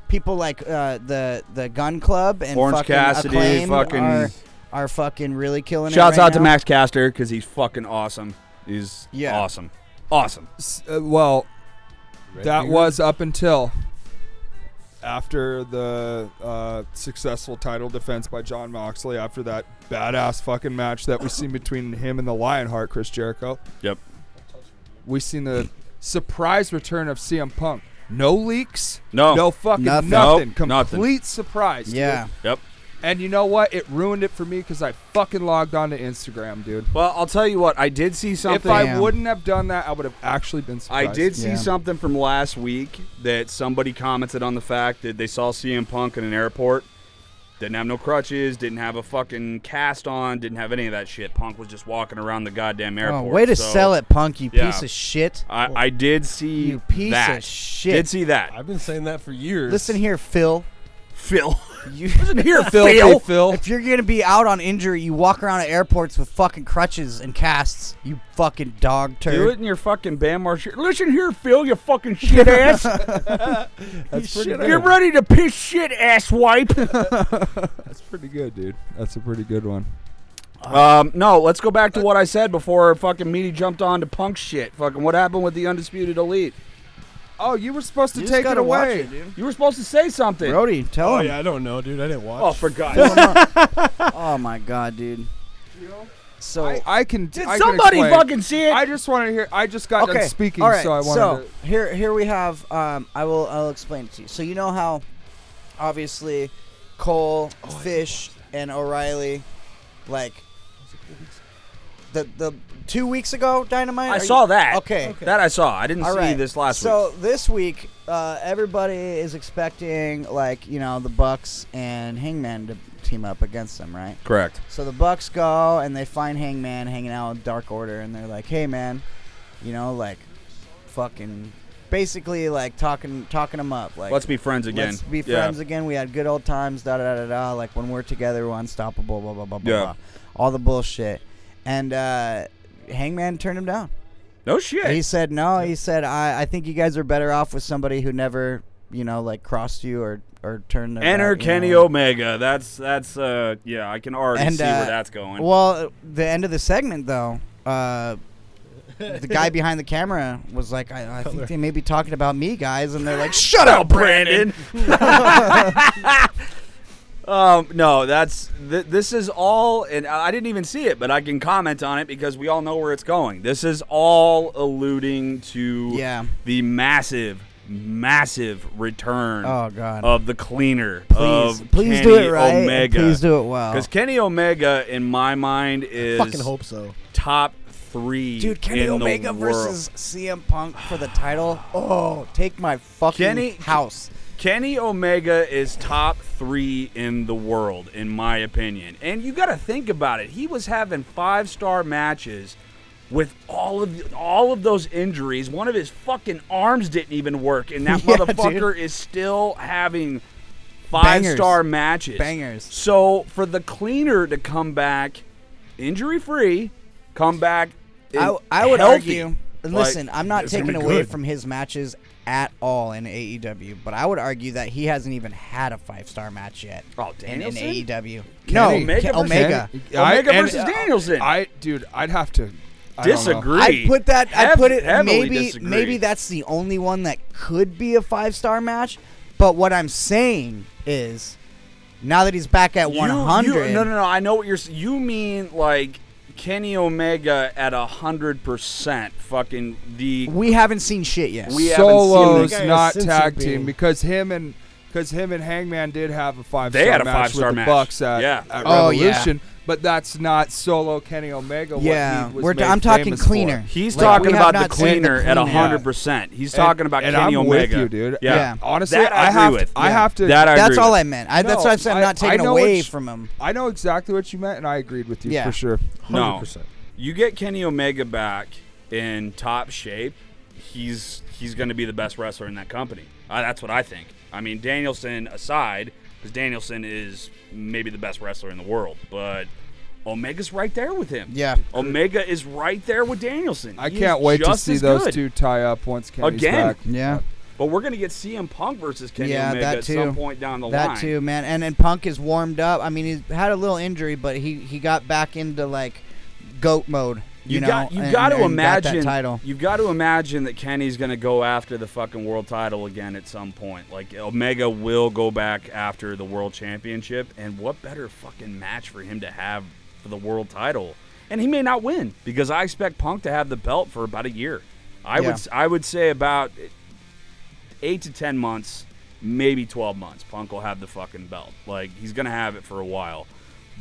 [SPEAKER 1] people like uh, the the Gun Club and
[SPEAKER 3] Orange
[SPEAKER 1] fucking
[SPEAKER 3] Cassidy,
[SPEAKER 1] Acclaimed
[SPEAKER 3] fucking-
[SPEAKER 1] are, are fucking really killing.
[SPEAKER 3] Shouts
[SPEAKER 1] it right
[SPEAKER 3] out to
[SPEAKER 1] now.
[SPEAKER 3] Max Caster because he's fucking awesome. He's
[SPEAKER 1] Yeah.
[SPEAKER 3] awesome. Awesome.
[SPEAKER 2] S- uh, well, that
[SPEAKER 4] Beard?
[SPEAKER 2] was up until after the uh, successful title defense by John Moxley. After that badass fucking match that we seen between him and the Lionheart, Chris Jericho.
[SPEAKER 3] Yep.
[SPEAKER 2] We seen the surprise return of CM Punk. No leaks.
[SPEAKER 3] No.
[SPEAKER 2] No fucking
[SPEAKER 1] Nothing.
[SPEAKER 2] nothing.
[SPEAKER 3] Nope,
[SPEAKER 2] Complete
[SPEAKER 3] nothing.
[SPEAKER 2] surprise. dude.
[SPEAKER 1] Yeah,
[SPEAKER 3] Yep.
[SPEAKER 2] And you know what? It ruined it for me because I fucking logged on to Instagram, dude.
[SPEAKER 3] Well, I'll tell you what. I did see
[SPEAKER 2] If
[SPEAKER 3] something.
[SPEAKER 2] I
[SPEAKER 1] Damn.
[SPEAKER 2] wouldn't have done that, I would have actually been
[SPEAKER 3] I
[SPEAKER 2] surprised.
[SPEAKER 3] did see
[SPEAKER 1] Yeah.
[SPEAKER 3] something from last week that somebody commented on the fact that they saw CM Punk in an airport. Didn't have no crutches, didn't have a fucking cast on, didn't have any of that shit. Punk was just walking around the goddamn
[SPEAKER 1] oh,
[SPEAKER 3] airport.
[SPEAKER 1] way to
[SPEAKER 3] so
[SPEAKER 1] sell it, Punk! You
[SPEAKER 3] yeah.
[SPEAKER 1] piece of shit!
[SPEAKER 3] I, I did see
[SPEAKER 1] You piece
[SPEAKER 3] that.
[SPEAKER 1] of shit.
[SPEAKER 3] Did see that,
[SPEAKER 4] I've been saying that for years.
[SPEAKER 1] Listen here, Phil.
[SPEAKER 3] Phil.
[SPEAKER 1] You,
[SPEAKER 3] Listen here,
[SPEAKER 2] Filthy
[SPEAKER 3] Phil.
[SPEAKER 2] Phil.
[SPEAKER 1] if you're gonna be out on injury, you walk around at airports with fucking crutches and casts. You fucking dog turd.
[SPEAKER 3] Do it in your fucking Bam Marsh. Listen here, Phil. You fucking shit ass.
[SPEAKER 2] That's pretty good.
[SPEAKER 3] Get ready to piss shit, ass wipe.
[SPEAKER 2] That's pretty good, dude. That's a pretty good one.
[SPEAKER 3] Um, no, let's go back to what I said before fucking Meaty jumped on to punk shit. Fucking what happened with the Undisputed Elite?
[SPEAKER 2] Oh, you were supposed to
[SPEAKER 1] You just
[SPEAKER 2] take it
[SPEAKER 1] gotta watch
[SPEAKER 2] away.
[SPEAKER 1] it, dude.
[SPEAKER 3] You were supposed to say something.
[SPEAKER 1] Brody, tell
[SPEAKER 4] Oh
[SPEAKER 1] him.
[SPEAKER 4] yeah, I don't know, dude. I didn't watch.
[SPEAKER 3] Oh, for God's sake.
[SPEAKER 1] Oh my god, dude. So
[SPEAKER 2] I, I can.
[SPEAKER 3] Did
[SPEAKER 2] I can
[SPEAKER 3] somebody
[SPEAKER 2] explain.
[SPEAKER 3] fucking see it?
[SPEAKER 2] I just wanted to hear. I just got
[SPEAKER 1] okay,
[SPEAKER 2] done speaking,
[SPEAKER 1] all right,
[SPEAKER 2] so I wanted
[SPEAKER 1] so
[SPEAKER 2] to.
[SPEAKER 1] here, here we have. Um, I will, I'll explain it to you. So you know how, obviously, Cole,
[SPEAKER 3] Oh,
[SPEAKER 1] Fish, and O'Reilly, like, the the two weeks ago Dynamite.
[SPEAKER 3] I
[SPEAKER 1] Are
[SPEAKER 3] saw
[SPEAKER 1] you-
[SPEAKER 3] that.
[SPEAKER 1] Okay.
[SPEAKER 3] That I saw. I didn't
[SPEAKER 1] All
[SPEAKER 3] see
[SPEAKER 1] right.
[SPEAKER 3] this last
[SPEAKER 1] so
[SPEAKER 3] week.
[SPEAKER 1] this week, uh, everybody is expecting like you know the Bucks and Hangman to team up against them, right?
[SPEAKER 3] Correct.
[SPEAKER 1] So the Bucks go and they find Hangman hanging out with Dark Order, and they're like, "Hey, man, you know, like, fucking basically like talking talking them up. Like
[SPEAKER 3] Let's be friends again.
[SPEAKER 1] Let's be
[SPEAKER 3] Yeah.
[SPEAKER 1] friends again. We had good old times. Da da da da da. Like when we're together, we're unstoppable. Blah blah blah blah.
[SPEAKER 3] Yeah.
[SPEAKER 1] blah. All the bullshit. And uh, Hangman turned him down.
[SPEAKER 3] No shit.
[SPEAKER 1] He said no. He said I, I think you guys are better off with somebody who never you know like crossed you or or turned. Their
[SPEAKER 3] Enter
[SPEAKER 1] back, you
[SPEAKER 3] Kenny
[SPEAKER 1] know.
[SPEAKER 3] Omega. That's that's uh yeah. I can already
[SPEAKER 1] And,
[SPEAKER 3] see
[SPEAKER 1] uh,
[SPEAKER 3] where that's going.
[SPEAKER 1] Well, uh, the end of the segment though. Uh, the guy behind the camera was like, I, I think they may be talking about me, guys, and they're like, "Shut up,
[SPEAKER 3] Brandon. um, no, that's th- this is all, and I I didn't even see it, but I can comment on it because we all know where it's going. This is all alluding to
[SPEAKER 1] Yeah.
[SPEAKER 3] the massive, massive return.
[SPEAKER 1] Oh, God.
[SPEAKER 3] of the cleaner.
[SPEAKER 1] please,
[SPEAKER 3] of
[SPEAKER 1] please
[SPEAKER 3] Kenny
[SPEAKER 1] do it right, and
[SPEAKER 3] Omega.
[SPEAKER 1] please do it well."
[SPEAKER 3] Because Kenny Omega, in my mind, is
[SPEAKER 4] Fucking hope so.
[SPEAKER 3] top three.
[SPEAKER 1] Dude, Kenny
[SPEAKER 3] in the
[SPEAKER 1] Omega
[SPEAKER 3] world.
[SPEAKER 1] versus CM Punk for the title. Oh, take my fucking
[SPEAKER 3] Kenny-
[SPEAKER 1] house.
[SPEAKER 3] Kenny Omega is top three in the world, in my opinion. And you got to think about it. He was having five star matches with all of the, all of those injuries. One of his fucking arms didn't even work, and that
[SPEAKER 1] Yeah,
[SPEAKER 3] motherfucker is still having five star
[SPEAKER 1] Bangers.
[SPEAKER 3] matches.
[SPEAKER 1] Bangers.
[SPEAKER 3] So for the cleaner to come back injury free, come back.
[SPEAKER 1] I,
[SPEAKER 3] and
[SPEAKER 1] I would
[SPEAKER 3] healthy,
[SPEAKER 1] argue. And
[SPEAKER 3] like-
[SPEAKER 1] listen, I'm not
[SPEAKER 4] It's gonna
[SPEAKER 1] taking
[SPEAKER 4] be
[SPEAKER 1] away
[SPEAKER 4] good.
[SPEAKER 1] from his matches at all in AEW, but I would argue that he hasn't even had a five star match yet.
[SPEAKER 3] Oh,
[SPEAKER 1] in, in
[SPEAKER 3] Danielson?
[SPEAKER 1] AEW. No,
[SPEAKER 2] Kenny.
[SPEAKER 1] Ke-
[SPEAKER 3] Omega versus-
[SPEAKER 1] Omega.
[SPEAKER 2] Kenny. I-
[SPEAKER 3] Omega
[SPEAKER 2] and-
[SPEAKER 3] versus Danielson.
[SPEAKER 2] I, dude, I'd have to I don't know.
[SPEAKER 3] disagree.
[SPEAKER 1] I put that. I
[SPEAKER 3] Heav-
[SPEAKER 1] put it.
[SPEAKER 3] heavily
[SPEAKER 1] Maybe
[SPEAKER 3] disagree.
[SPEAKER 1] maybe that's the only one that could be a five star match. But what I'm saying is, now that he's back at
[SPEAKER 3] You-
[SPEAKER 1] 100,
[SPEAKER 3] you- No, no, no. I know what you're. s- You mean like Kenny Omega at a hundred percent? Fucking the.
[SPEAKER 1] we haven't seen shit yet.
[SPEAKER 3] We haven't seen
[SPEAKER 2] solos,
[SPEAKER 3] the
[SPEAKER 4] guy
[SPEAKER 2] not
[SPEAKER 4] since
[SPEAKER 2] tag
[SPEAKER 4] he's been-
[SPEAKER 2] team, because him and because him and Hangman did have a five.
[SPEAKER 3] They
[SPEAKER 2] star
[SPEAKER 3] had a
[SPEAKER 2] match
[SPEAKER 3] five-star
[SPEAKER 2] with
[SPEAKER 3] match.
[SPEAKER 2] the Bucks at,
[SPEAKER 3] Yeah.
[SPEAKER 2] at
[SPEAKER 1] Oh, yeah.
[SPEAKER 2] Revolution, but that's not solo Kenny Omega. what
[SPEAKER 1] Yeah,
[SPEAKER 2] he was
[SPEAKER 1] we're-
[SPEAKER 2] made
[SPEAKER 1] I'm talking
[SPEAKER 2] famous
[SPEAKER 1] cleaner.
[SPEAKER 2] for.
[SPEAKER 3] He's
[SPEAKER 1] Like,
[SPEAKER 3] talking
[SPEAKER 1] we have
[SPEAKER 3] about the
[SPEAKER 1] not seen the
[SPEAKER 3] cleaner, at a
[SPEAKER 1] cleaner.
[SPEAKER 3] hundred percent. He's talking about
[SPEAKER 2] and
[SPEAKER 3] Kenny
[SPEAKER 2] I'm
[SPEAKER 3] Omega,
[SPEAKER 2] with you, dude.
[SPEAKER 3] Yeah.
[SPEAKER 1] Yeah.
[SPEAKER 2] Honestly,
[SPEAKER 3] That I,
[SPEAKER 2] I have
[SPEAKER 3] agree
[SPEAKER 2] to-
[SPEAKER 3] with.
[SPEAKER 2] I
[SPEAKER 3] Yeah.
[SPEAKER 2] have to-
[SPEAKER 3] That I
[SPEAKER 1] That's
[SPEAKER 3] agree
[SPEAKER 1] all
[SPEAKER 3] with.
[SPEAKER 1] I meant. I, that's
[SPEAKER 2] No,
[SPEAKER 1] what I'm saying. I'm
[SPEAKER 2] I-
[SPEAKER 1] not taking
[SPEAKER 2] I know
[SPEAKER 1] away
[SPEAKER 2] which-
[SPEAKER 1] from him.
[SPEAKER 2] I know exactly what you meant, and I agreed with you
[SPEAKER 1] Yeah.
[SPEAKER 2] for sure.
[SPEAKER 3] No.
[SPEAKER 4] 100%.
[SPEAKER 3] You get Kenny Omega back in top shape. He's he's going to be the best wrestler in that company. Uh, that's what I think. I mean, Danielson aside, because Danielson is maybe the best wrestler in the world, but Omega's right there with him.
[SPEAKER 1] Yeah.
[SPEAKER 3] Omega is right there with Danielson.
[SPEAKER 2] I
[SPEAKER 3] He
[SPEAKER 2] can't
[SPEAKER 3] is
[SPEAKER 2] wait to
[SPEAKER 3] just
[SPEAKER 2] see
[SPEAKER 3] as
[SPEAKER 2] those
[SPEAKER 3] good.
[SPEAKER 2] two tie up once Kenny's
[SPEAKER 3] Again.
[SPEAKER 2] back.
[SPEAKER 1] Yeah.
[SPEAKER 3] But we're going to get CM Punk versus Kenny
[SPEAKER 1] Yeah,
[SPEAKER 3] Omega
[SPEAKER 1] that
[SPEAKER 3] at
[SPEAKER 1] too.
[SPEAKER 3] some point down the
[SPEAKER 1] That
[SPEAKER 3] line.
[SPEAKER 1] too, man. And and Punk is warmed up. I mean, he's had a little injury, but he he got back into like goat mode. You,
[SPEAKER 3] You,
[SPEAKER 1] know,
[SPEAKER 3] got you
[SPEAKER 1] and-
[SPEAKER 3] got to
[SPEAKER 1] and got
[SPEAKER 3] imagine
[SPEAKER 1] that title.
[SPEAKER 3] You've got to imagine that Kenny's going to go after the fucking world title again at some point. Like Omega will go back after the world championship and what better fucking match for him to have for the world title. And he may not win because I expect Punk to have the belt for about a year. I
[SPEAKER 1] Yeah.
[SPEAKER 3] would s- I would say about 8 to 10 months, maybe 12 months. Punk will have the fucking belt. Like he's going to have it for a while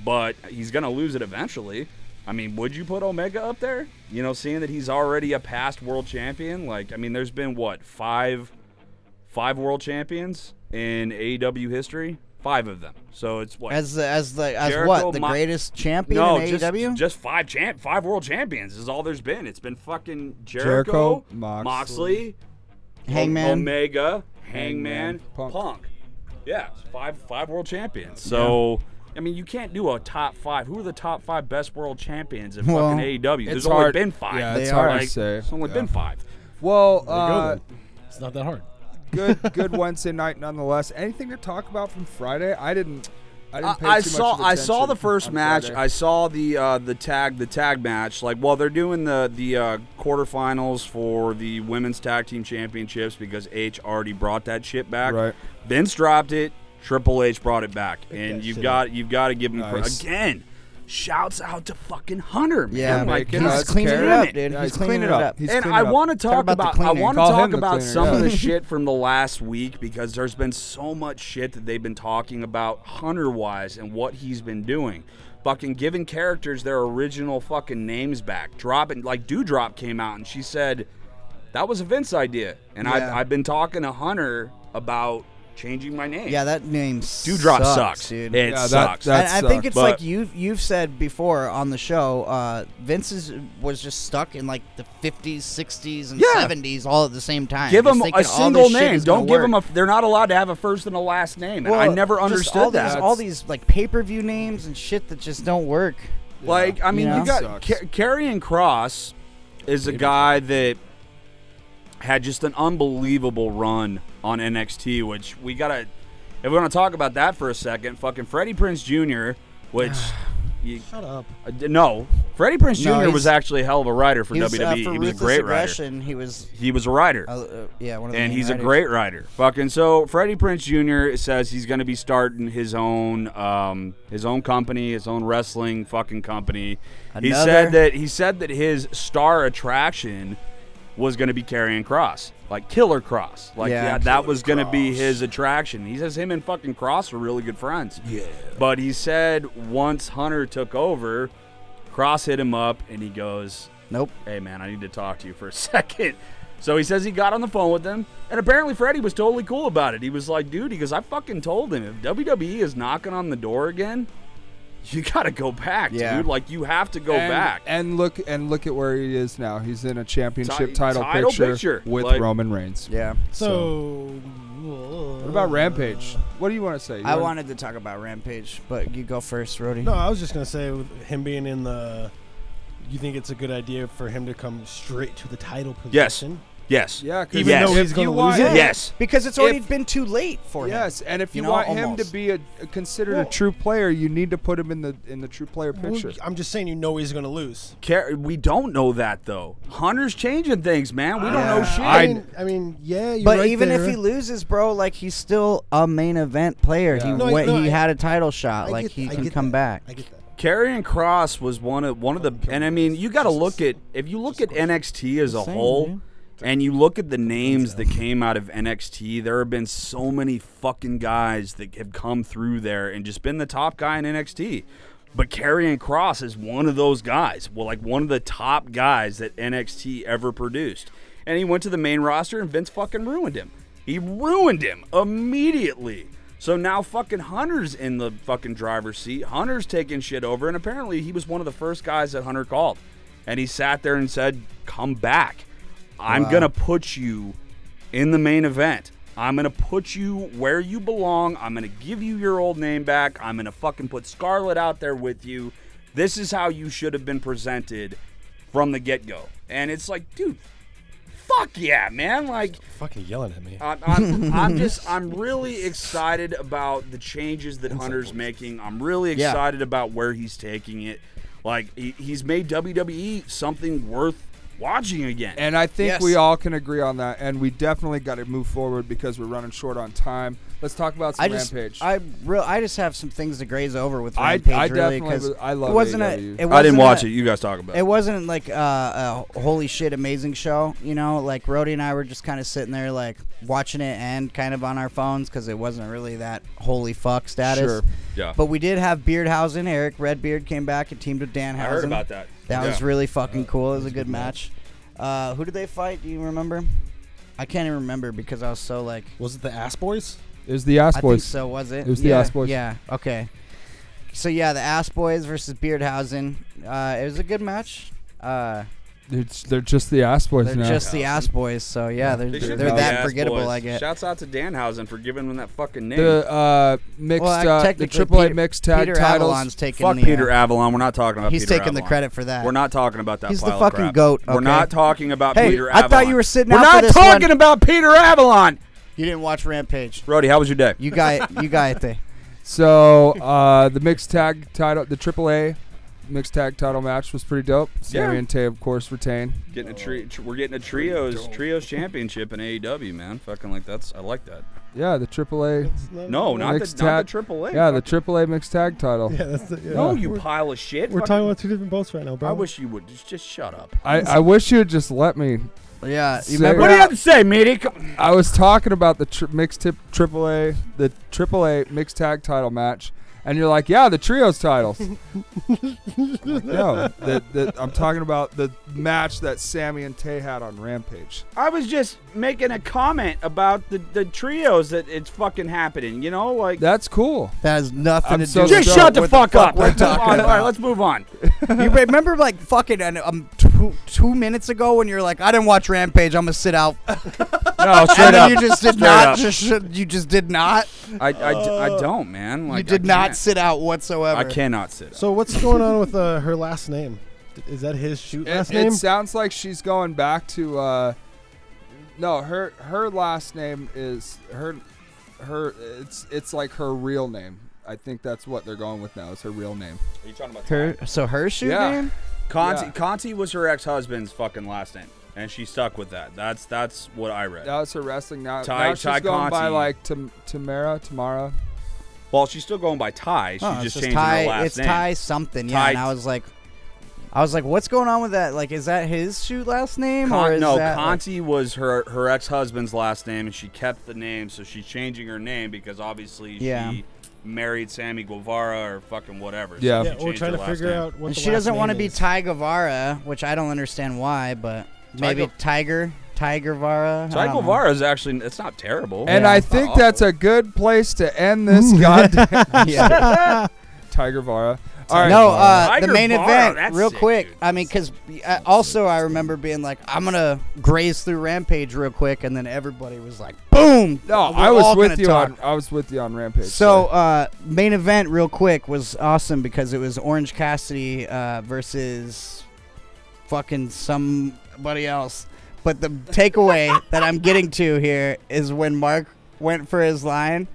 [SPEAKER 3] but he's going to lose it eventually. I mean, would you put Omega up there? You know, seeing that he's already a past world champion, like I mean, there's been what five, five world champions in AEW history, five of them. So it's what
[SPEAKER 1] As the as the as
[SPEAKER 3] Jericho,
[SPEAKER 1] what the
[SPEAKER 3] Ma-
[SPEAKER 1] greatest champion
[SPEAKER 3] no,
[SPEAKER 1] in E
[SPEAKER 3] just,
[SPEAKER 1] AEW?
[SPEAKER 3] just five champ, five world champions is all there's been. It's been fucking
[SPEAKER 2] Jericho,
[SPEAKER 3] Jericho,
[SPEAKER 2] Moxley,
[SPEAKER 3] Moxley,
[SPEAKER 1] Hangman.
[SPEAKER 3] Omega, Hangman,
[SPEAKER 2] Hangman, Punk.
[SPEAKER 3] Punk. Yeah, it's five five world champions. So I mean, you can't do a top five. Who are the top five best world champions in
[SPEAKER 1] Well,
[SPEAKER 3] fucking AEW? There's
[SPEAKER 2] it's
[SPEAKER 3] only
[SPEAKER 2] hard-
[SPEAKER 3] been five.
[SPEAKER 2] yeah,
[SPEAKER 1] it's hard to
[SPEAKER 3] Like,
[SPEAKER 2] say.
[SPEAKER 3] There's only
[SPEAKER 2] Yeah.
[SPEAKER 3] been five.
[SPEAKER 2] Well,
[SPEAKER 4] There you go,
[SPEAKER 2] uh,
[SPEAKER 4] then. It's not that hard.
[SPEAKER 2] good good Wednesday night nonetheless. Anything to talk about from Friday? I didn't. I
[SPEAKER 3] I,
[SPEAKER 2] didn't pay
[SPEAKER 3] I
[SPEAKER 2] too
[SPEAKER 3] saw
[SPEAKER 2] Much
[SPEAKER 3] I saw the first match. I
[SPEAKER 2] I
[SPEAKER 3] saw the uh, the tag the tag match. Like, well, they're doing the the uh, quarterfinals for the women's tag team championships because H already brought that shit back.
[SPEAKER 2] Right.
[SPEAKER 3] Vince dropped it. Triple H brought it back, and
[SPEAKER 4] that
[SPEAKER 3] you've
[SPEAKER 4] shit
[SPEAKER 3] got you've got to give him cre-
[SPEAKER 2] Nice.
[SPEAKER 3] again. Shouts out to fucking Hunter, man.
[SPEAKER 1] yeah,
[SPEAKER 3] like
[SPEAKER 2] making
[SPEAKER 1] he's
[SPEAKER 2] us
[SPEAKER 1] cleaning it
[SPEAKER 2] care.
[SPEAKER 1] up,
[SPEAKER 3] Yeah,
[SPEAKER 1] dude.
[SPEAKER 2] he's
[SPEAKER 1] he's cleaning
[SPEAKER 2] cleaning
[SPEAKER 1] it
[SPEAKER 2] up.
[SPEAKER 1] up.
[SPEAKER 2] He's
[SPEAKER 3] and
[SPEAKER 2] cleaning
[SPEAKER 3] I
[SPEAKER 2] up.
[SPEAKER 3] want to talk,
[SPEAKER 1] about the
[SPEAKER 3] about, I
[SPEAKER 1] cleaner.
[SPEAKER 3] want to
[SPEAKER 2] Call
[SPEAKER 3] talk
[SPEAKER 2] him the
[SPEAKER 3] about
[SPEAKER 2] cleaner,
[SPEAKER 3] some of
[SPEAKER 2] yeah.
[SPEAKER 3] the shit from the last week because there's been so much shit that they've been talking about Hunter wise and what he's been doing. Fucking giving characters their original fucking names back. Dropping like Dewdrop came out and she said that was a Vince idea, and
[SPEAKER 1] Yeah.
[SPEAKER 3] I've, I've been talking to Hunter about changing my name.
[SPEAKER 1] Yeah, that name
[SPEAKER 3] Dewdrop
[SPEAKER 1] sucks,
[SPEAKER 3] sucks,
[SPEAKER 1] dude.
[SPEAKER 3] It
[SPEAKER 2] Yeah, that-
[SPEAKER 3] sucks.
[SPEAKER 2] that-
[SPEAKER 1] And I think
[SPEAKER 2] sucks.
[SPEAKER 1] it's
[SPEAKER 3] But-
[SPEAKER 1] like you you've said before on the show. Uh, Vince's was just stuck in like the 50s, 60s, and
[SPEAKER 3] Yeah.
[SPEAKER 1] 70s all at the same time.
[SPEAKER 3] give
[SPEAKER 1] He's
[SPEAKER 3] them
[SPEAKER 1] thinking all
[SPEAKER 3] a
[SPEAKER 1] this
[SPEAKER 3] single
[SPEAKER 1] shit
[SPEAKER 3] name.
[SPEAKER 1] is gonna
[SPEAKER 3] Don't give them
[SPEAKER 1] work.
[SPEAKER 3] a. They're not allowed to have a first and a last name, and I
[SPEAKER 1] Well,
[SPEAKER 3] never
[SPEAKER 1] just all
[SPEAKER 3] understood
[SPEAKER 1] These,
[SPEAKER 3] that.
[SPEAKER 1] all these like pay per view names and shit that just don't work.
[SPEAKER 3] Like, I mean,
[SPEAKER 1] Yeah.
[SPEAKER 3] you got
[SPEAKER 2] Sucks.
[SPEAKER 3] Ca- Karrion Cross is a
[SPEAKER 2] Baby
[SPEAKER 3] guy that had just an unbelievable run on NXT, which we gotta. If we want to talk about that for a second, fucking Freddie Prince Jr., which. You,
[SPEAKER 4] Shut up.
[SPEAKER 3] uh, d- no, Freddie Prince Jr.
[SPEAKER 1] No, he's-
[SPEAKER 3] was actually a hell of a writer for
[SPEAKER 1] He was,
[SPEAKER 3] WWE.
[SPEAKER 1] uh, for
[SPEAKER 3] he was a
[SPEAKER 1] Ruthless
[SPEAKER 3] great writer.
[SPEAKER 1] aggression, He was,
[SPEAKER 3] He was a writer
[SPEAKER 1] uh, uh, yeah, one of the
[SPEAKER 3] and
[SPEAKER 1] main
[SPEAKER 3] he's a
[SPEAKER 1] writers.
[SPEAKER 3] great writer. Fucking so, Freddie Prince Jr. says he's going to be starting his own, um, his own company, his own wrestling fucking company. He
[SPEAKER 1] Another-
[SPEAKER 3] said that he said that his star attraction was going to be carrying Cross, like Killer Cross, like
[SPEAKER 1] Yeah.
[SPEAKER 3] yeah, that was going to be his attraction. He says him and fucking Cross were really good friends. Yeah, but he said once Hunter took over, Cross hit him up and he goes,
[SPEAKER 1] Nope.
[SPEAKER 3] hey man, I need to talk to you for a second. So he says he got on the phone with them, and apparently Freddie was totally cool about it. He was like, dude, he goes, I fucking told him if WWE is knocking on the door again, you gotta go back,
[SPEAKER 1] Yeah.
[SPEAKER 3] dude. Like you have to go
[SPEAKER 2] and,
[SPEAKER 3] back.
[SPEAKER 2] and look and look at where he is now. He's in a championship
[SPEAKER 3] Ti-
[SPEAKER 2] title,
[SPEAKER 3] title
[SPEAKER 2] picture,
[SPEAKER 3] picture.
[SPEAKER 2] with
[SPEAKER 3] Like-
[SPEAKER 2] Roman Reigns.
[SPEAKER 1] Yeah.
[SPEAKER 4] So,
[SPEAKER 2] What about Rampage? What do you want to say? You
[SPEAKER 1] I
[SPEAKER 2] wanna-
[SPEAKER 1] wanted to talk about Rampage, but you go first, Rody.
[SPEAKER 4] No, I was just gonna say with him being in the. You think it's a good idea for him to come straight to the title
[SPEAKER 3] Yes.
[SPEAKER 4] position?
[SPEAKER 3] yes.
[SPEAKER 2] Yeah, 'cause
[SPEAKER 4] Even
[SPEAKER 3] Yes.
[SPEAKER 4] though
[SPEAKER 2] if
[SPEAKER 4] he's
[SPEAKER 2] you
[SPEAKER 4] gonna lose
[SPEAKER 2] want-
[SPEAKER 4] it.
[SPEAKER 3] Yes.
[SPEAKER 1] Because it's already
[SPEAKER 2] If-
[SPEAKER 1] been too late for him.
[SPEAKER 2] Yes, and if
[SPEAKER 1] You
[SPEAKER 2] you,
[SPEAKER 1] know,
[SPEAKER 2] want him
[SPEAKER 1] almost.
[SPEAKER 2] to be a, a considered
[SPEAKER 4] Well-
[SPEAKER 2] a true player, you need to put him in the in the true player
[SPEAKER 4] Well,
[SPEAKER 2] picture.
[SPEAKER 4] I'm just saying, you know he's gonna lose.
[SPEAKER 3] Car- we don't know that though. Hunter's changing things, man. We don't know shit.
[SPEAKER 4] I mean, I mean, yeah, you're
[SPEAKER 1] Oh, But
[SPEAKER 4] right
[SPEAKER 1] even
[SPEAKER 4] there.
[SPEAKER 1] if he loses, bro, like he's still a main event player. He
[SPEAKER 2] Yeah.
[SPEAKER 4] No, I-
[SPEAKER 1] went,
[SPEAKER 4] no,
[SPEAKER 1] he
[SPEAKER 4] I-
[SPEAKER 1] had a title shot.
[SPEAKER 4] I
[SPEAKER 1] like
[SPEAKER 4] get
[SPEAKER 1] he
[SPEAKER 4] that, I
[SPEAKER 1] can
[SPEAKER 4] get
[SPEAKER 1] come
[SPEAKER 4] that,
[SPEAKER 1] back.
[SPEAKER 4] I get that.
[SPEAKER 3] Carrying Cross was one of one of the, and I mean, you got to look at if you look at NXT as a
[SPEAKER 1] Insane, dude.
[SPEAKER 3] whole, and you look at the names that came out of NXT. There have been so many fucking guys that have come through there and just been the top guy in NXT. But Carrying Cross is one of those guys. Well, like one of the top guys that NXT ever produced, and he went to the main roster, and Vince fucking ruined him. He ruined him immediately. So now fucking Hunter's in the fucking driver's seat. Hunter's taking shit over, and apparently he was one of the first guys that Hunter called. And he sat there and said, Come back. I'm going to put you in the main event. I'm going to put you where you belong. I'm going to give you your old name back. I'm going to fucking put Scarlett out there with you. This is how you should have been presented from the get go. And it's like, dude, fuck yeah, man. Like,
[SPEAKER 4] Fucking yelling at me.
[SPEAKER 3] I'm, I'm, I'm just, I'm really excited about the changes that Hunter's making. I'm really
[SPEAKER 1] Yeah.
[SPEAKER 3] excited about where he's taking it. Like, he, he's made WWE something worth watching again.
[SPEAKER 2] And I think
[SPEAKER 1] Yes.
[SPEAKER 2] we all can agree on that. And we definitely got to move forward because we're running short on time. Let's talk about some
[SPEAKER 1] I just,
[SPEAKER 2] rampage.
[SPEAKER 1] I real, I just have some things to graze over with
[SPEAKER 2] I-
[SPEAKER 1] Rampage
[SPEAKER 2] I
[SPEAKER 1] really
[SPEAKER 2] definitely
[SPEAKER 1] because
[SPEAKER 2] was- I love
[SPEAKER 1] it wasn't
[SPEAKER 2] AEW.
[SPEAKER 1] a. It wasn't
[SPEAKER 3] I didn't watch
[SPEAKER 1] a-
[SPEAKER 3] it. You guys talk about
[SPEAKER 1] It
[SPEAKER 3] it.
[SPEAKER 1] wasn't like uh, a holy shit amazing show, you know. Like Rody and I were just kind of sitting there, like watching it and kind of on our phones because it wasn't really that holy fuck status.
[SPEAKER 2] Sure.
[SPEAKER 3] Yeah.
[SPEAKER 1] But we did have Beardhausen. Eric Redbeard came back and teamed with Danhausen.
[SPEAKER 3] I heard about that.
[SPEAKER 1] That
[SPEAKER 3] Yeah.
[SPEAKER 1] was really fucking cool. It was a good match. Uh, who did they fight? Do you remember? I can't even remember because I was so like.
[SPEAKER 4] Was it the Ass Boys?
[SPEAKER 2] it was the ass
[SPEAKER 1] I think
[SPEAKER 2] boys.
[SPEAKER 1] so. Was it?
[SPEAKER 2] It was the
[SPEAKER 1] yeah,
[SPEAKER 2] Ass Boys.
[SPEAKER 1] Yeah. Okay. So yeah, the Ass Boys versus Beardhausen. Uh, it was a good match. Uh,
[SPEAKER 2] They're, they're just the ass boys
[SPEAKER 1] they're
[SPEAKER 2] now.
[SPEAKER 1] just the Ass Boys, so yeah, they're
[SPEAKER 3] They
[SPEAKER 1] they're,
[SPEAKER 3] should be the
[SPEAKER 1] that
[SPEAKER 3] ass
[SPEAKER 1] forgettable.
[SPEAKER 3] boys.
[SPEAKER 1] I guess.
[SPEAKER 3] Shouts out to Danhausen for giving them that fucking name.
[SPEAKER 2] the uh, mixed
[SPEAKER 1] Well,
[SPEAKER 2] uh, the
[SPEAKER 1] technically,
[SPEAKER 2] triple A
[SPEAKER 1] Peter-
[SPEAKER 2] mixed tag
[SPEAKER 1] Peter
[SPEAKER 2] titles.
[SPEAKER 1] Avalon's taking
[SPEAKER 3] Fuck
[SPEAKER 1] the. uh,
[SPEAKER 3] Peter Avalon. We're not talking about
[SPEAKER 1] he's
[SPEAKER 3] Peter
[SPEAKER 1] taking the
[SPEAKER 3] Avalon.
[SPEAKER 1] credit for that.
[SPEAKER 3] We're not talking about that.
[SPEAKER 1] He's the
[SPEAKER 3] pile of
[SPEAKER 1] fucking
[SPEAKER 3] crap.
[SPEAKER 1] goat,
[SPEAKER 3] We're
[SPEAKER 1] okay?
[SPEAKER 3] not talking about
[SPEAKER 1] Hey,
[SPEAKER 3] Peter
[SPEAKER 1] I
[SPEAKER 3] Avalon.
[SPEAKER 1] thought you were sitting
[SPEAKER 3] We're
[SPEAKER 1] out for
[SPEAKER 3] not
[SPEAKER 1] this
[SPEAKER 3] talking
[SPEAKER 1] one.
[SPEAKER 3] about Peter Avalon.
[SPEAKER 1] You didn't watch Rampage.
[SPEAKER 3] Brody, how was your day?
[SPEAKER 1] You got you got it.
[SPEAKER 2] So uh, the mixed tag title, the AAA mixed tag title match was pretty dope.
[SPEAKER 3] Yeah.
[SPEAKER 2] Sammy and Tay, of course, retain.
[SPEAKER 3] Getting a tri- tr- we're getting a trios trios championship in AEW, man. Fucking like that's I like that.
[SPEAKER 2] Yeah, the AAA.
[SPEAKER 3] No, not
[SPEAKER 2] Mixed
[SPEAKER 3] the not the
[SPEAKER 2] tag-
[SPEAKER 3] triple A.
[SPEAKER 2] Yeah, the AAA mixed tag title.
[SPEAKER 4] Yeah, that's the. Yeah.
[SPEAKER 3] no, you pile of shit.
[SPEAKER 4] We're
[SPEAKER 3] Fucking-
[SPEAKER 4] talking about two different boats right now, bro.
[SPEAKER 3] I wish you would just, just shut up.
[SPEAKER 2] I, I wish you would just let me.
[SPEAKER 1] Yeah, you
[SPEAKER 2] Sick.
[SPEAKER 1] remember?
[SPEAKER 3] What do you
[SPEAKER 1] how-
[SPEAKER 3] have to say, meaty? Come-
[SPEAKER 2] I was talking about the tri- mixed tip AAA, the AAA mixed tag title match, And you're like, yeah, the trios titles. I'm like, no, that, that I'm talking about the match that Sammy and Tay had on Rampage.
[SPEAKER 5] I was just making a comment about the, the trios that it's fucking happening. You know, like
[SPEAKER 2] That's cool.
[SPEAKER 1] That has nothing
[SPEAKER 2] I'm
[SPEAKER 1] to
[SPEAKER 2] so
[SPEAKER 1] do.
[SPEAKER 5] just
[SPEAKER 1] with
[SPEAKER 2] stoked
[SPEAKER 5] shut the
[SPEAKER 1] what
[SPEAKER 5] fuck, up.
[SPEAKER 1] We're
[SPEAKER 5] Let's move
[SPEAKER 1] talking
[SPEAKER 5] on. All right,
[SPEAKER 1] about.
[SPEAKER 5] let's move on.
[SPEAKER 1] you remember like fucking an- um, two, two minutes ago when you're like, I didn't watch Rampage. I'm gonna sit out.
[SPEAKER 3] No,
[SPEAKER 1] and
[SPEAKER 3] straight
[SPEAKER 1] then
[SPEAKER 3] up.
[SPEAKER 1] you just did
[SPEAKER 3] Straight
[SPEAKER 1] not.
[SPEAKER 3] up.
[SPEAKER 1] Just you just did not.
[SPEAKER 3] I, I d- I don't, man. Like
[SPEAKER 1] Uh, you
[SPEAKER 3] I
[SPEAKER 1] did not
[SPEAKER 3] can't.
[SPEAKER 1] sit out whatsoever.
[SPEAKER 3] I cannot sit. up.
[SPEAKER 4] So what's going on with uh, her last name? Is that his shoot
[SPEAKER 2] It,
[SPEAKER 4] last
[SPEAKER 2] it
[SPEAKER 4] name?
[SPEAKER 2] sounds like she's going back to. Uh, no, her her last name is her her. It's it's like her real name. I think that's what they're going with now. It's her real name.
[SPEAKER 3] Are you talking about
[SPEAKER 1] Her, so her shoe
[SPEAKER 2] Yeah.
[SPEAKER 1] name.
[SPEAKER 3] Conti?
[SPEAKER 2] Yeah.
[SPEAKER 3] Conti was her ex-husband's fucking last name, and she stuck with that. That's that's what I read.
[SPEAKER 2] That was her wrestling. Now,
[SPEAKER 3] Ty-
[SPEAKER 2] now she's
[SPEAKER 3] Ty
[SPEAKER 2] going by
[SPEAKER 3] Conti.
[SPEAKER 2] like Tam- Tamara. Tamara.
[SPEAKER 3] Well, she's still going by Ty. She
[SPEAKER 1] Oh, it's
[SPEAKER 3] just
[SPEAKER 1] just
[SPEAKER 3] changed
[SPEAKER 1] Ty.
[SPEAKER 3] her last
[SPEAKER 1] it's
[SPEAKER 3] name.
[SPEAKER 1] Ty something. Yeah,
[SPEAKER 3] Ty-
[SPEAKER 1] and I was like, I was like, what's going on with that? Like, is that his shoot last name or
[SPEAKER 3] Con-
[SPEAKER 1] is
[SPEAKER 3] no,
[SPEAKER 1] that like-
[SPEAKER 3] Conti was her her ex husband's last name, and she kept the name, so she's changing her name because obviously
[SPEAKER 1] Yeah.
[SPEAKER 3] she married Sammy Guevara or fucking whatever. so
[SPEAKER 2] Yeah.
[SPEAKER 3] she
[SPEAKER 4] yeah, we're
[SPEAKER 3] changed
[SPEAKER 4] trying
[SPEAKER 3] her
[SPEAKER 4] to
[SPEAKER 3] last
[SPEAKER 4] figure
[SPEAKER 3] name.
[SPEAKER 4] out what
[SPEAKER 1] And
[SPEAKER 4] the
[SPEAKER 1] she
[SPEAKER 4] last
[SPEAKER 1] doesn't want to
[SPEAKER 4] name
[SPEAKER 1] be
[SPEAKER 4] is.
[SPEAKER 1] Ty Guevara, which I don't understand why, but maybe
[SPEAKER 3] Gu-
[SPEAKER 1] Tiger, Tiger Guevara. I
[SPEAKER 3] Ty
[SPEAKER 1] don't know.
[SPEAKER 3] Guevara is actually it's not terrible.
[SPEAKER 2] And
[SPEAKER 1] Yeah.
[SPEAKER 2] I
[SPEAKER 3] It's not
[SPEAKER 2] think
[SPEAKER 3] awful.
[SPEAKER 2] that's a good place to end this goddamn
[SPEAKER 1] Yeah.
[SPEAKER 2] Tiger Vara. All right.
[SPEAKER 1] no, uh, the
[SPEAKER 3] Tiger
[SPEAKER 1] main
[SPEAKER 3] Guevara,
[SPEAKER 1] event,
[SPEAKER 3] that's
[SPEAKER 1] real
[SPEAKER 3] sick,
[SPEAKER 1] quick.
[SPEAKER 3] dude.
[SPEAKER 1] I mean, because also I remember being like, I'm gonna graze through Rampage real quick, and then everybody was like, boom.
[SPEAKER 2] no,
[SPEAKER 1] We're
[SPEAKER 2] I was
[SPEAKER 1] all
[SPEAKER 2] with
[SPEAKER 1] gonna
[SPEAKER 2] you
[SPEAKER 1] talk.
[SPEAKER 2] on. I was with you on Rampage.
[SPEAKER 1] So, uh,
[SPEAKER 2] sorry.
[SPEAKER 1] main event, real quick, was awesome because it was Orange Cassidy uh, versus fucking somebody else. But the takeaway that I'm getting to here is when Mark went for his line,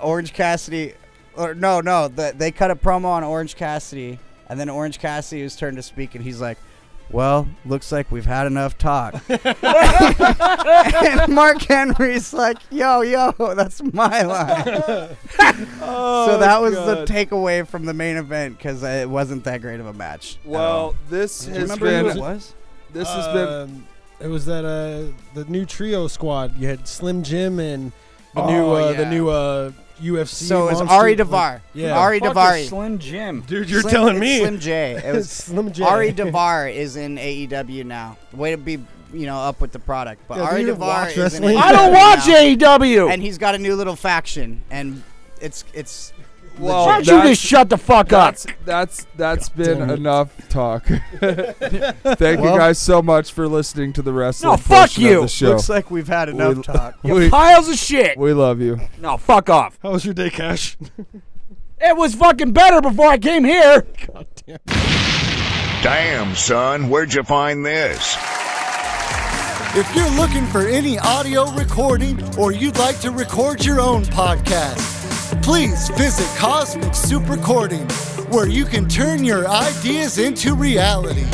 [SPEAKER 1] Orange Cassidy, or no, no, the, they cut a promo on Orange Cassidy, and then Orange Cassidy was turned to speak, and he's like, well, looks like we've had enough talk. and Mark Henry's like, yo, yo, that's my line.
[SPEAKER 2] Oh,
[SPEAKER 4] Oh,
[SPEAKER 1] so that was the takeaway from the main event because it wasn't that great of a match. at all.
[SPEAKER 2] well, this
[SPEAKER 1] do you
[SPEAKER 2] has
[SPEAKER 1] remember who it
[SPEAKER 2] been.
[SPEAKER 1] was?
[SPEAKER 2] This has been.
[SPEAKER 4] Um, It was that uh, the new trio squad. You had Slim Jim and the
[SPEAKER 1] Oh,
[SPEAKER 4] new uh, the
[SPEAKER 1] yeah.
[SPEAKER 4] new uh, UFC.
[SPEAKER 1] So it's
[SPEAKER 4] monster-
[SPEAKER 1] Ari Devar.
[SPEAKER 4] Yeah.
[SPEAKER 1] Ari
[SPEAKER 3] Fuck
[SPEAKER 1] Davari.
[SPEAKER 3] is Slim Jim.
[SPEAKER 4] Dude, you're
[SPEAKER 1] Slim-
[SPEAKER 4] telling
[SPEAKER 1] it's
[SPEAKER 4] me
[SPEAKER 1] Slim J. It
[SPEAKER 4] It's
[SPEAKER 1] was
[SPEAKER 4] Slim Jim.
[SPEAKER 1] Ari Devar is in AEW now. Way to be, you know, up with the product. But
[SPEAKER 4] Yeah, do
[SPEAKER 1] Ari
[SPEAKER 4] you
[SPEAKER 1] Devar
[SPEAKER 4] watch
[SPEAKER 1] is in
[SPEAKER 4] wrestling?
[SPEAKER 1] AEW
[SPEAKER 5] I don't
[SPEAKER 1] now,
[SPEAKER 5] watch E AEW.
[SPEAKER 1] And he's got a new little faction, and it's it's.
[SPEAKER 2] Well,
[SPEAKER 5] Why don't
[SPEAKER 1] legit.
[SPEAKER 5] you
[SPEAKER 2] that's-
[SPEAKER 5] just shut the fuck up?
[SPEAKER 2] That's that's that's been
[SPEAKER 4] damn it.
[SPEAKER 2] enough talk. Thank
[SPEAKER 1] Well-
[SPEAKER 2] you guys so much for listening to the wrestling
[SPEAKER 5] No, fuck
[SPEAKER 2] portion
[SPEAKER 5] you.
[SPEAKER 2] of the show.
[SPEAKER 1] looks like we've had enough
[SPEAKER 2] We-
[SPEAKER 1] talk.
[SPEAKER 5] You
[SPEAKER 2] We,
[SPEAKER 5] piles of shit.
[SPEAKER 2] we love you.
[SPEAKER 5] No, fuck off.
[SPEAKER 4] How was your day, Cash?
[SPEAKER 5] It was fucking better before I came here.
[SPEAKER 6] Damn, son, where'd you find this?
[SPEAKER 7] If you're looking for any audio recording or you'd like to record your own podcast, please visit Cosmic Soup Recording, where you can turn your ideas into reality.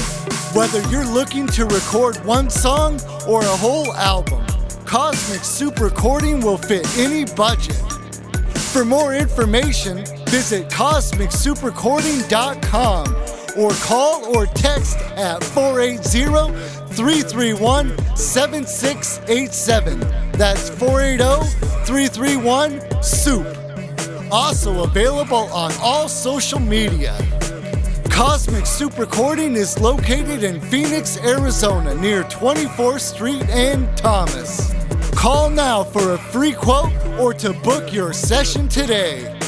[SPEAKER 7] Whether you're looking to record one song or a whole album, Cosmic Soup Recording will fit any budget. For more information, visit CosmicSoupreCording.com or call or text at 480 331 7687. That's 480 331 SOUP. Also available on all social media. Cosmic Soup Recording is located in Phoenix, Arizona, near 24th Street and Thomas. Call now for a free quote or to book your session today.